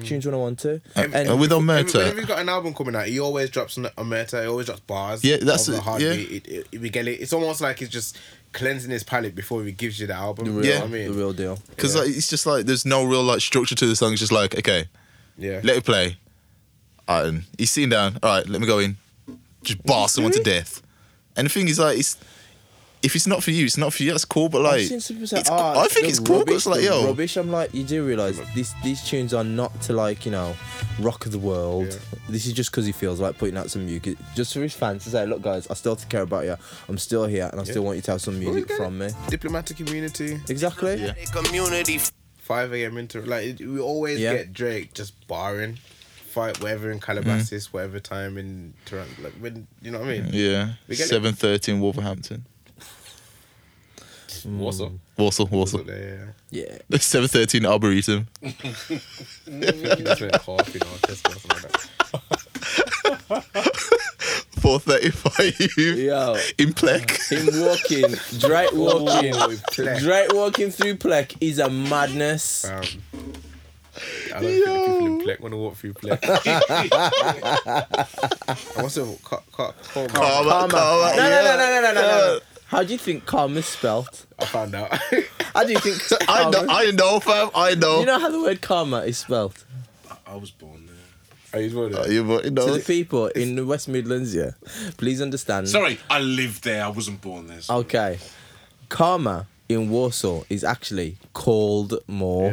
tunes when I want to. And,
and with
Every-
Omerta,
Whenever he's got an album coming out, he always drops an- a meta. He always drops bars.
Yeah, that's
of the
it,
hard
yeah.
beat. It, it, it- we get it. It's almost like he's just cleansing his palate before he gives you the album.
the
you
real,
know
Yeah.
what I
the
mean,
real deal.
because
Yeah.
like, it's just like there's no real like structure to the song. It's just like okay,
yeah.
let it play. And he's sitting down. All right, let me go in. Just bar someone to death. And the thing is, like, it's if it's not for you, it's not for you. That's cool. But like,
I've seen some people say,
it's-
"Ah,
I think
the
it's cool. But
rubbish,
it's like,
the
yo,
rubbish. I'm like, you do realize these these tunes are not to like you know, rock of the world.
Yeah.
This is just because he feels like putting out some music, just for his fans to say, look, guys, I still care about you. I'm still here, and I still want you to have some
Well, we
music
get
from me.
it. Diplomatic community,
Exactly.
Yeah.
Community.
five a.m. inter. Like it- we always
Yeah.
get Drake just barring, fight whatever in Calabasas,
Mm.
whatever time in Toronto. Like when you know what I mean.
yeah,
We get it.
seven thirty in Wolverhampton,
Mm.
What's up?
Warsaw, Warsaw,
Yeah, yeah.
yeah.
seven thirty in Arboretum.
He just went half in Orchestra or something like that.
Four thirty-five
Yo.
in Plek.
Him walking, Drake walking,
Oh, Plek.
Drake walking through Plek is a madness.
Uh,
Um, I don't think the people in Plek want to walk through Plek. I must have cut, cut, cut
Karma,
Karma.
karma,
No, no, no, no,
yeah.
no, no, no, no. How do you think karma's spelt?
I found out.
How do you think?
I
karma-
know, I know, fam. I know.
you know how the word karma is spelt
I was born there.
Are you doing
Uh,
that?
you know, you
to
know.
the people in the West Midlands. Yeah, please understand.
Sorry, I lived there. I wasn't born there.
Oh,
so-
Okay, karma in Warsaw is actually called more.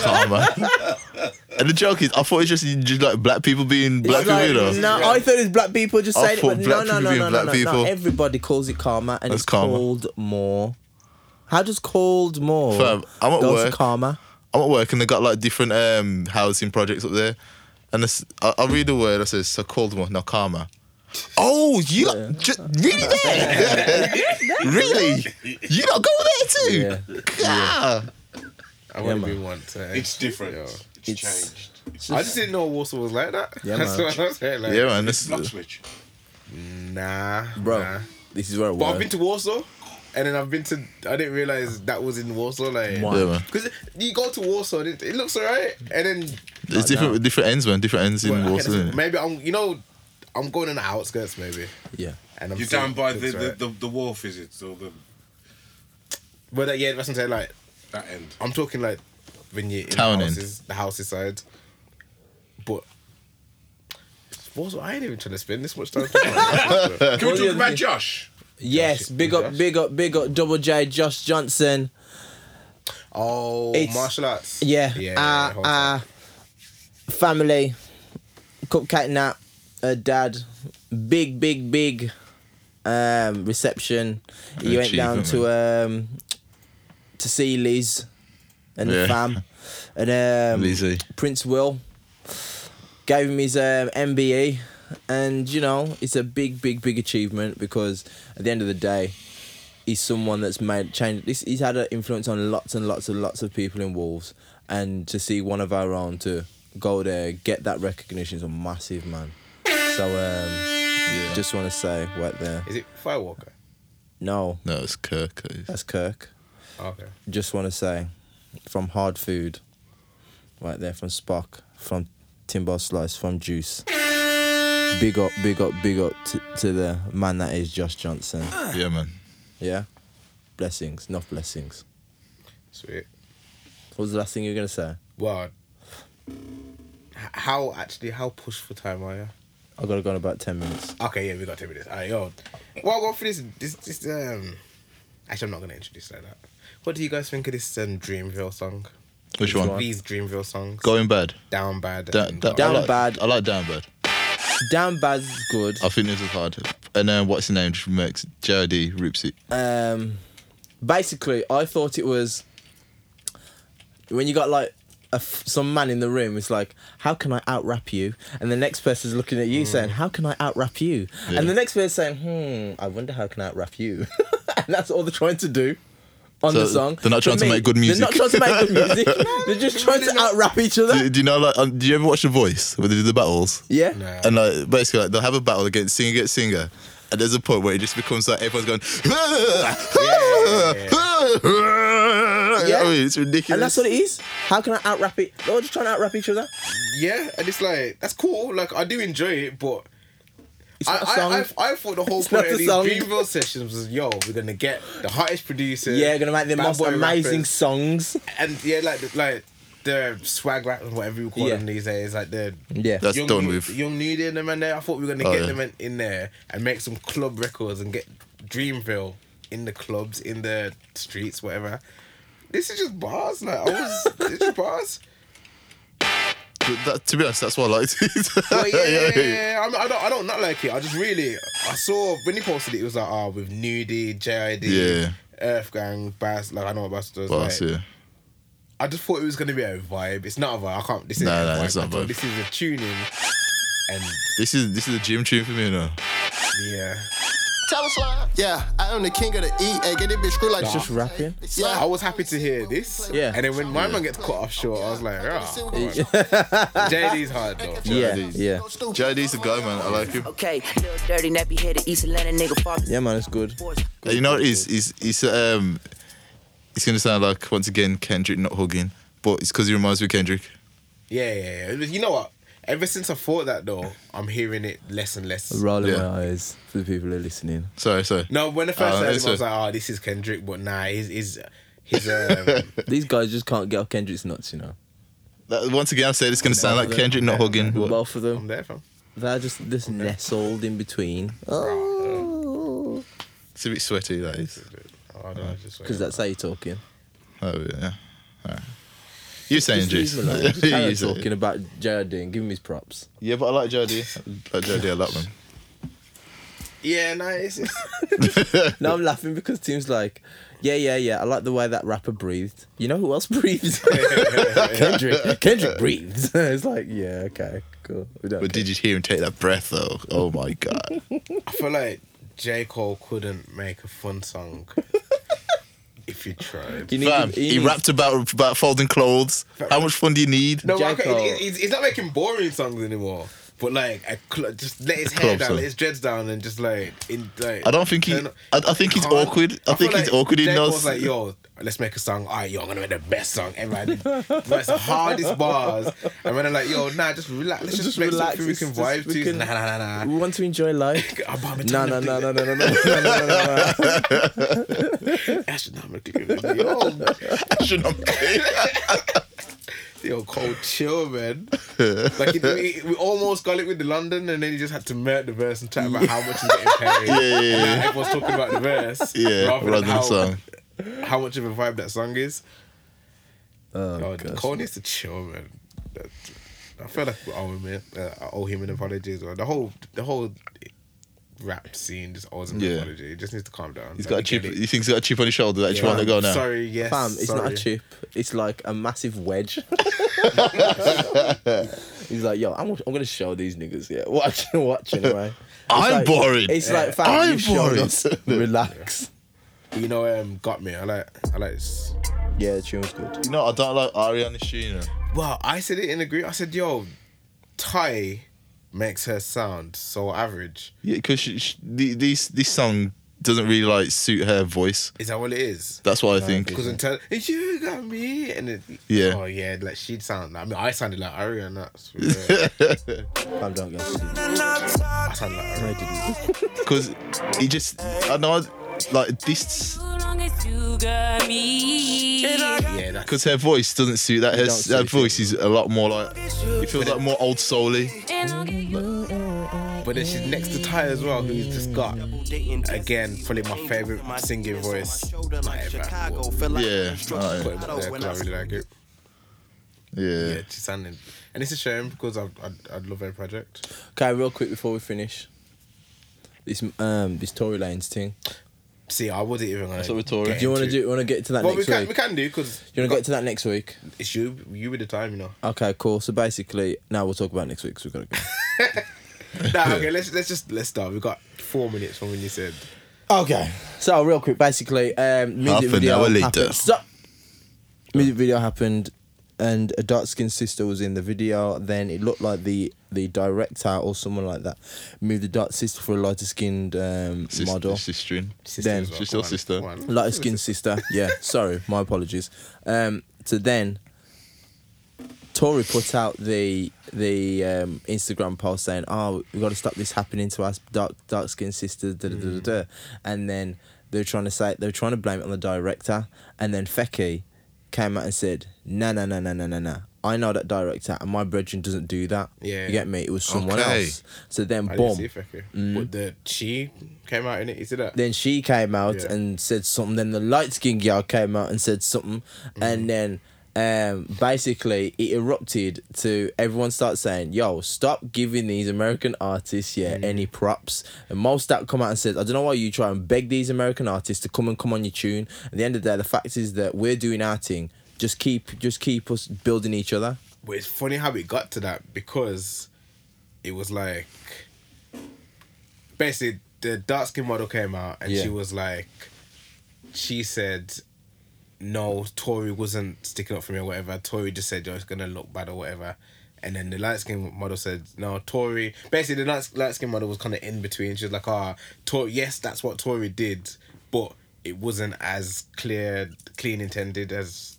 karma. and the joke is, I thought it's just, just like black people being black
It's like,
people. you know?
No, I thought it was black people just
I
saying it,
thought
but no,
black
no,
people
no,
being
no, no,
black
no,
people.
no. Everybody calls it karma, and
That's
it's
karma.
called more. How does called more
Fam, I'm at
go
work.
to karma?
I'm at work and they got like different um, housing projects up there. And this, I, I read a word that says, so called one, no karma. Oh, you lot ju- really there? really? You lot go there too?
Yeah.
Gah.
I've
Yeah,
only
man.
been once. eh?
It's different.
Yeah.
It's,
It's-
changed.
I just didn't know Warsaw was like that.
Yeah,
That's
man.
what I'm saying. Like,
Yeah, man.
It's
This,
not switch.
Nah,
bro.
Nah.
This is where I
But
was.
I've been to Warsaw, and then I've been to. I didn't realize that was in Warsaw. Like,
Why?
yeah, man.
because you go to Warsaw, and it, it looks alright, and then
It's different, different ends, man. Different ends in
well, okay,
Warsaw. innit?
maybe I'm. You know, I'm going on the outskirts, maybe.
yeah.
And I'm
You're
seeing
down by
it
the,
looks
the,
alright.
the, the wharf, is it? Or the,
But uh, yeah, that's what I'm saying. Like,
that end.
I'm talking like when you're in
Town
the
end.
houses, the houses side. But Warsaw, I ain't even trying to spend this much time. talking about Warsaw.
Can we
What do
talk
you
about
think?
Josh?
Yes,
Josh-
big up,
Josh?
big up, big up, double J, Josh Johnson.
oh,
It's-
martial arts.
Yeah,
yeah.
uh,
hold on.
uh, family, cupcake nap, uh, dad, big, big, big um, reception. You went down to um, to see Liz and
Yeah.
the fam, and um,
Lizzie.
Prince Will gave him his um, MBE, and you know it's a big, big, big achievement because at the end of the day, he's someone that's made change. This he's had an influence on lots and lots and lots of people in Wolves, and to see one of our own to go there get that recognition is a massive man. So um,
Yeah.
just want to say right there,
Is it Firewalker?
no,
no, it's Kirk. it's-
that's Kirk.
Oh, Okay.
just want to say from hard food right there from Spock from Timber Slice from Juice big up big up big up to, to the man that is Josh Johnson
Yeah, man.
yeah blessings enough blessings
Sweet.
what was the last thing you were going to say
Well, h- how actually how pushed for time are you?
I gotta go in about 10 minutes
Okay, yeah, we got ten minutes. All right, yo. Well, well, for this, this, this, um, actually, I'm not gonna introduce like that. What do you guys think of this um, Dreamville song?
Which one?
These Dreamville songs.
Going bad.
down bad.
Da-
and-
da-
Down
I like,
Bad.
I like down bad.
Down Bad's good
I think this is hard. And then what's his name? Just makes JRD rips it.
um, basically, I thought it was when you got like a f- some man in the room. It's like, how can I out rap you? And the next person's looking at you saying, how can I out rap you?
Mm. Yeah.
And the next person's saying, hmm, I wonder how can I out rap you. and that's all they're trying to do. On
So
the song,
they're not
For
trying to make good
They're not trying to
music.
make good music. they're just trying to out rap each other.
Do, do you know like? Um, do you ever watch The Voice where they do the battles?
Yeah,
Nah.
And like basically, like, they'll have a battle against singer against singer, and there's a point where it just becomes like everyone's going.
Yeah.
I mean, it's ridiculous.
and that's what it is. How can I out rap it? They're all just trying to out rap each other.
yeah, and it's like that's cool. Like I do enjoy it, but.
It's
I,
not a song.
I, I, I thought the whole
It's
point
not
of
a
these
song.
Dreamville sessions was yo, we're gonna get the hottest producers.
yeah, gonna make the
bad
most
boy
amazing
rappers.
songs.
and yeah, like the- like the swag rap and whatever you call
Yeah.
them these days, like the
Yeah,
That's
young,
done with.
young Nudy and them in there. I thought we were gonna
Oh,
get
yeah.
them in, in there and make some club records and get Dreamville in the clubs, in the streets, whatever. This is just bars, like I was, it's just bars.
But that- to be honest, that's what I liked.
But yeah, I'm, I don't, I don't not like it. I just really, I saw when he posted it, it was like, ah, with Nudie, JID,
Yeah.
Earth Gang, Bass, like I know what Bass does.
But that's
like,
it.
I just thought it was gonna be a vibe. It's not a vibe. I can't. This is
Nah,
a
nah,
vibe.
it's not
at all.
vibe.
This is a tuning, and
This is this is a gym tune for me now.
yeah,
Yeah, I am the king of the E. Hey, get it bitch screwed like
just rapping.
I
Yeah.
was happy to hear this.
Yeah.
And then when my man gets cut off short, I was like, ah, JD's hard though.
Yeah,
JID's.
yeah,
JRD's the guy, man. I like him.
Okay, little dirty nappy headed East Atlanta nigga far
yeah, man, it's good.
Uh, you know what it is? It's, it's, um, it's going to sound like, once again, Kendrick not hugging, but it's because he reminds me of Kendrick.
Yeah, yeah, yeah. You know what? Ever since I thought that though, I'm hearing it less and less.
Rolling
Yeah.
my eyes for the people who are listening.
Sorry, sorry.
No, when I first
Oh,
heard him,
it's
I was
a-
like, oh, this is Kendrick, but nah, he's his his um,
These guys just can't get off Kendrick's nuts, you know.
That- once again, I said it's going to sound like Kendrick not hugging. What?
Both of
I'm
them,
there from.
they're just this nestled in between. Oh,
It's a bit sweaty, that is.
Oh, I don't know, just
because that's how you're talking.
Oh, yeah. All right. You're saying
Just leave him
Juice.
alone. Just carry on
You say-
talking about JRD and give him his props.
Yeah, but I like JRD. I like JRD a lot, man.
yeah, nah, it's, it's
No, I'm laughing because Tim's like, yeah, yeah, yeah. I like the way that rapper breathed. You know who else breathes? Kendrick. Kendrick breathes. it's like, yeah, okay, cool. We don't
But
care.
did you hear him take that breath, though? Oh, my God.
I feel like J Cole couldn't make a fun song if if you tried.
You need
Fam,
to-
he
you need-
rapped about about folding clothes. How much fun do you need?
No, I
Jacko.
can't- it- it's, it's not making boring songs anymore. But like, a cl- just let his
A
hair
club
down,
song.
let his dreads down, and just like, in, like
I don't think he.
turn
I,
up.
I think he's
Can't-
awkward.
feel
I, think he's
like
awkward in
Jake
those.
was like, yo, let's make a song. All right, yo, I'm gonna make the best song ever. I did That's the hardest bars. And when I'm like, yo, nah, just relax. Let's just,
Just
make
relax,
something we
it's
can
just-
vibe
we
to.
can-
Nah, nah, nah,
We
nah.
want to enjoy life.
I'm about to
No,
tell
no, no,
you
no,
that
no, no, no, no, no, no, no.
astronomically. Yo, yo, cold chill, man. Like it, we, we almost got it with the London, and then you just had to murk the verse and chat about how much he's getting paid.
yeah, yeah.
And now everyone's talking about the verse.
yeah,
rather
rather
than
than
how,
song.
how much of a vibe that song is.
Oh,
Oh,
gosh.
Cole needs to chill, man. That- I feel like we owe him, man. Uh, I owe him an apology as well. The whole, the whole rap scene just owes him an
Yeah.
apology. He just needs to calm down.
He's
Like,
got a
we
chip.
get
He
it.
thinks he's got a chip on his shoulder. That you want
Fam,
to go now.
Sorry, yes.
Fam, it's not
sorry.
a chip. It's like a massive wedge. He's like, yo, I'm, I'm gonna show these niggas. Yeah, watch, watch anyway. It's
I'm
like,
boring.
It's like, fam,
I'm
I'm boring.
boring.
Relax.
You know, um, got me. I like, I like. This.
Yeah, the tune's good.
You know, I don't like Ariana Sheena.
Well, I said it in the group. I said, yo, Ty makes her sound so average.
Yeah, because this this song doesn't really like suit her voice.
Is that what it is?
That's what I think.
Because until it's you got me, and it,
Yeah.
oh yeah, like she'd sound. I mean, I sounded like Ariana. That's weird.
Fam, don't go.
I sounded like Ariana.
Because he just, I know, like this,
Yeah, that's
because her voice doesn't suit that. Her,
don't suit
her
it.
voice is a lot more like, it feels like more old souly.
But then she's next to Ty as well, who's just got again probably my favorite singing voice ever.
Yeah,
Put
alright.
him up there 'cause I really like it.
yeah.
Yeah, she's sounding, and it's a shame because I I I love her project.
Okay, real quick before we finish. This um this Tory Lanes thing.
See, I wasn't even gonna.
what we're talking.
get
Do you want to
into it.
do? Want to get to that
Well, we
next
can
week?
we can do because
Do you want to get to that next week?
it's you you with the time, you know.
Okay, cool. So basically, now we'll talk about next week. So we gotta go.
nah, okay, let's let's just let's start. We got four minutes from when you said
okay. So real quick, basically, um, music
Half an
video
hour later.
happened. Stop. Music video happened, and a dark skinned sister was in the video. Then it looked like the the director or someone like that moved the dark sister for a lighter skinned um,
Sis-
model.
Sister.
sister.
Then-
as well.
She's
Come
your sister.
come on.
lighter skinned sister. Yeah, sorry, my apologies. Um, so then, Tory put out the the um, Instagram post saying, "Oh, we got to stop this happening to us dark dark skinned sisters." Da, da, da,
Mm.
da, da. And then they were trying to say they were trying to blame it on the director, and then Fecky came out and said, "No, no, no, no, no, no, no." I know that director, and my brethren doesn't do that.
Yeah.
you get me. It was someone
Okay.
else. So then,
I didn't
boom,
see it, Fecky.
Mm.
But the she came out in it. You see that?
then she came out
Yeah.
and said something. Then the light skinned girl came out and said something.
Mm-hmm.
And then um, basically it erupted to everyone start saying, Yo, stop giving these American artists yeah
Mm.
any props. And Molstat come out and said, I don't know why you try and beg these American artists to come and come on your tune. At the end of the day, the fact is that we're doing our thing. Just keep just keep us building each other.
But it's funny how we got to that because it was like basically the dark skin model came out and
Yeah.
she was like she said no Tory wasn't sticking up for me or whatever. Tory just said yo it's gonna look bad or whatever. And then the light skin model said, "No, Tory." Basically, the light light skin model was kind of in between. She was like, "Ah, Tory. Yes, that's what Tory did, but it wasn't as clear, clean intended as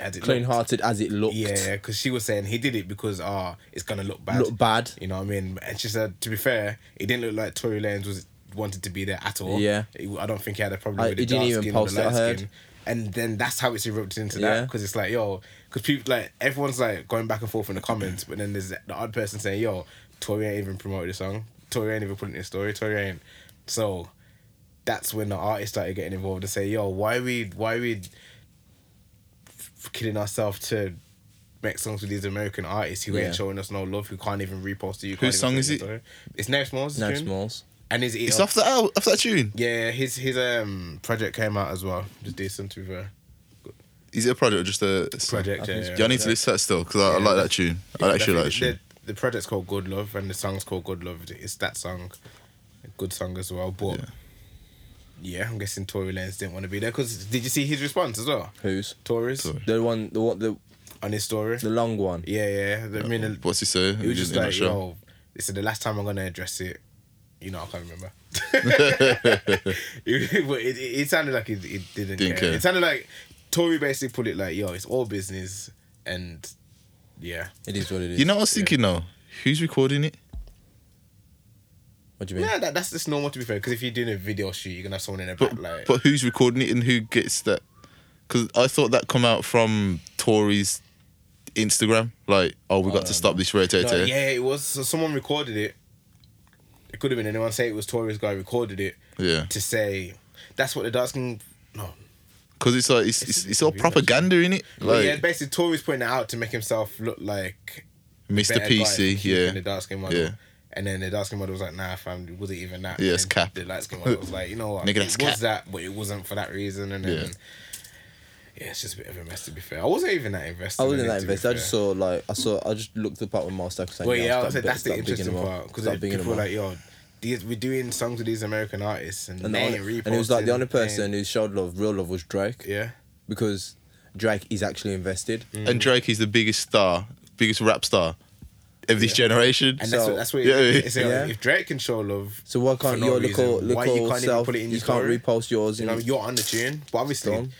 as it
Clean
looked."
hearted as it looked.
Yeah, because she was saying he did it because ah, it's gonna look bad.
Look bad.
You know what I mean? And she said, to be fair, it didn't look like Tory Lanez was wanted to be there at all.
Yeah.
He- I don't think he had a problem
I-
with
he
the
didn't
dark
even
skin or
post
the
it, I
light
heard.
skin. And then that's how it's erupted into that
Yeah.
because it's like yo, because people like everyone's like going back and forth in the comments, but then there's the odd person saying yo, Tory ain't even promoted the song. Tory ain't even putting in his story. Tory ain't. So that's when the artist started getting involved and say, "Yo, why we why we f- killing ourselves to make songs with these American artists who
Yeah.
ain't showing us no love, who can't even repost it? who
Whose
can't even
song is
put in
it?
the story?" It's Nav Smalls.
No
tune.
smalls.
And is it?
It's off that off that tune.
Yeah, his his um project came out as well. Just decent to be fair.
Is it a project or just a a song?
Project. Yeah,
Yeah, I need to listen to that still because I, I
Yeah.
like that tune. I actually like
Definitely.
that tune.
The, the project's called Good Love, and the song's called Good Love. It's that song, a good song as well. But
Yeah.
Yeah, I'm guessing Tory Lanez didn't want to be there because did you see his response as well?
Who's
Torres
the one? The one? The
on his story.
the long one?
Yeah, yeah. I mean, it
What's he say? It
was just like, yo, this is the last time I'm gonna address it. You know, I can't remember. it, but it, it, it sounded like it, it didn't,
Didn't
care.
care.
It sounded like Tory basically put it like, yo, it's all business, and yeah,
It is what it is.
You know what I was thinking though? Who's recording it?
what do you mean?
yeah, that, that's just normal to be fair. Because if you're doing a video shoot, you're gonna have someone in the back,
But
like,
but who's recording it and who gets that? Because I thought that come out from Tory's Instagram. Like, oh, we got to stop this
No,
rotator.
yeah, it was. So someone recorded it. It could have been anyone. Say it was Tory's guy recorded it
yeah.
to say that's what the dark skin. No,
Because it's like it's, it's, it's all propaganda in it.
But
Like
yeah, basically Tory's putting it out to make himself look like
Mr.
better guy
PC.
than keeping the
Yeah.
dark skin model.
Yeah.
And then the dark skin model was like, nah, fam, it wasn't even that.
Yeah,
And
it's
then
cap.
The light skin model was like, you know what?
Nigga,
it
that's
was
cap.
that, but it wasn't for that reason. And then, yeah.
Yeah.
it's just a bit of a mess to be fair. I wasn't even that invested.
I wasn't
in it,
that
to be
invested. I
fair.
just saw like I saw. I just looked the part with Miles Davis saying,
Well, yeah, I
stop
said
big-
that's the
stop bigging
interesting
him up.
part because
Stop bigging him
people were
up.
like, yo, these, we're doing songs with these American artists, and,
and, the
they
only-
ain't
and it was like the only
reposting, they ain't-
person who showed love, real love, was Drake.
Yeah, Mm.
because Drake is actually invested.
And Drake is the biggest star, biggest rap star of this generation.
and
So-
that's what, that's what
Yeah, yeah.
it's like,
Yeah.
if Drake can show love,
So why
for
can't
no
your
reason,
local
why
local
you can't even
self?
put it in
you
your
can't
story?
repost yours.
you know,
in-
you're on the tune, but obviously,
Go on.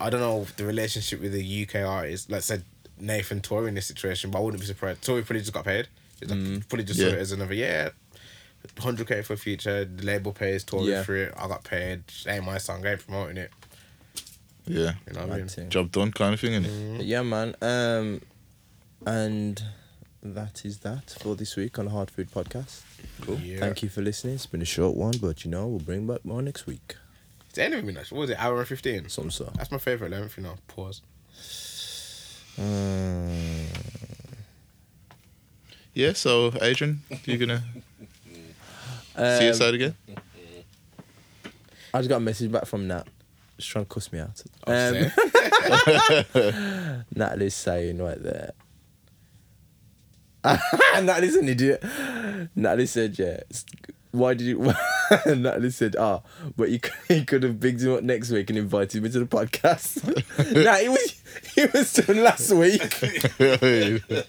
I don't know the relationship with the UK artists. Like said Nathan Tory in this situation, but I wouldn't be surprised. Tory probably just got paid. It's like,
Mm.
Probably just saw
Yeah.
it as another yeah. 100k for future, the label pays Tory
Yeah.
for it. I got paid, ain't my song, ain't promoting it.
yeah.
You know Mm. what I mean?
Mad thing.
Job done, kind of thing, innit?
Yeah, man. Um, and that is that for this week on the Hard Food Podcast.
Cool. Yeah.
Thank you for listening. It's been a short one, but you know we'll bring back more next week.
It's the end of it, What was it? Hour and 15?
Some sort.
That's my favourite length, you know. Pause.
Um,
Yeah, so Adrian, you're gonna see
Um,
Um,
us out again?
I just got a message back from Nat. She's trying to cuss me out.
I'll
Um,
say.
Natalie's saying right there. Natalie's an idiot. Natalie said, yeah. s- Why did you? Natalie said, ah, but you could, you could have bigged him up next week and invited me to the podcast. nah, it was it was done last week.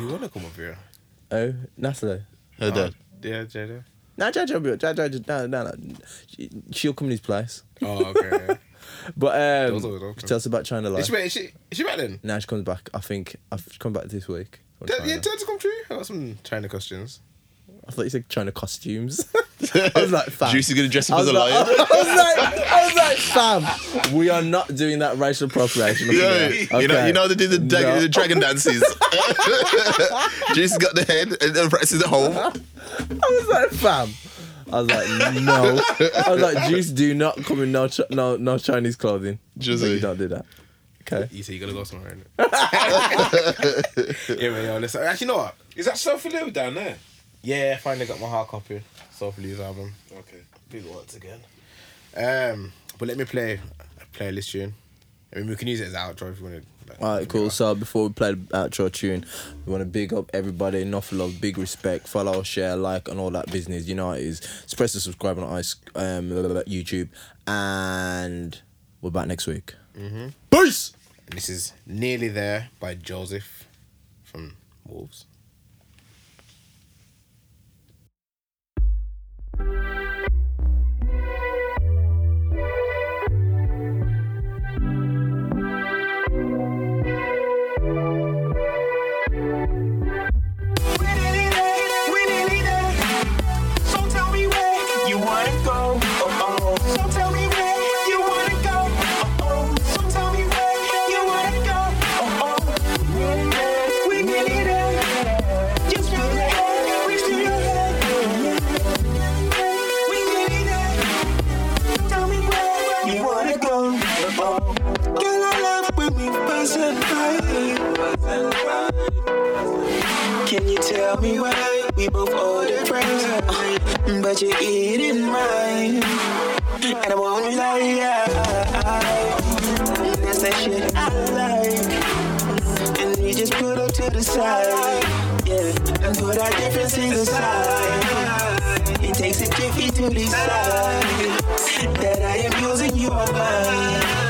Would you want to come up here?
oh, Natalie.
Her dad.
Yeah, Jada.
Nah, Jaja, will be- Jaja, Jaja, nah, nah, nah. She, she'll come in his place.
Oh, okay.
But um,
Those are awesome.
tell us about China
is,
Life.
she back, is, she, is she back then?
Now she comes back. I think I've come back this week. from
Yeah, yeah,
China.
tell her to come through. I got some China questions.
I thought you said China costumes. I was like, fam.
Juice is gonna dress
I
up as
was,
a
like,
lion.
I was like, I was like, fam, we are not doing that racial appropriation. up in
Yeah,
here.
you know,
Okay.
you know they did the, dag-
No.
the dragon dances. Juice has got the head and the rest is at home.
I was like, fam. I was like, no. I was like, Juice, do not come in no, chi- no, no Chinese clothing.
Juicy.
Like, you don't do that. Okay.
You say you gotta go somewhere, innit? yeah, man, yo, listen. Actually, you know what?
Is that Sophie Lou down there?
Yeah, I finally got my hard copy. Soft Blues album.
Okay.
Big once again. Um, But let me play a playlist tune. I mean, we can use it as an outro if you want to. Like,
All right, cool. So before we play the outro tune, we want to big up everybody, enough love, big respect, follow, share, like, and all that business. You know how it is. Just press the subscribe on ice, um, YouTube, and we're back next week. Mm-hmm. Peace.
And this is Nearly There by Joseph from Wolves.
We nearly there, we nearly there. So tell me where you wanna go. Oh, oh. So tell me where you wanna go. Oh, oh. So tell me where you wanna go. Oh, oh. We nearly there, we nearly there. Just feel your head, reach to your head. We nearly there. Tell me where you wanna go. Oh, oh. Girl, I love when we buzz and ride. Buzz and ride. Can you tell me why we both ordered fries, uh, but you're eating mine? And I won't lie, that's that shit I like. And we just put up to the side, yeah, and put our differences aside. And It takes a jiffy to decide that I am using your mind.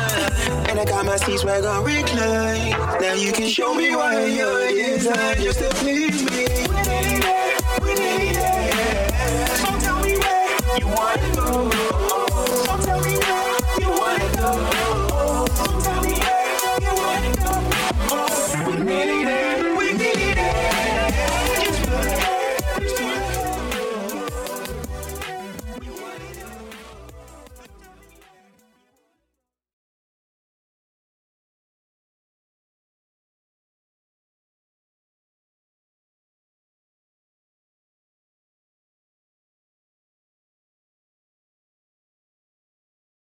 And I got my seats swag on recline. Now you can show me why you're designed just to please me. We need it, we need it. So tell me where you wanna go.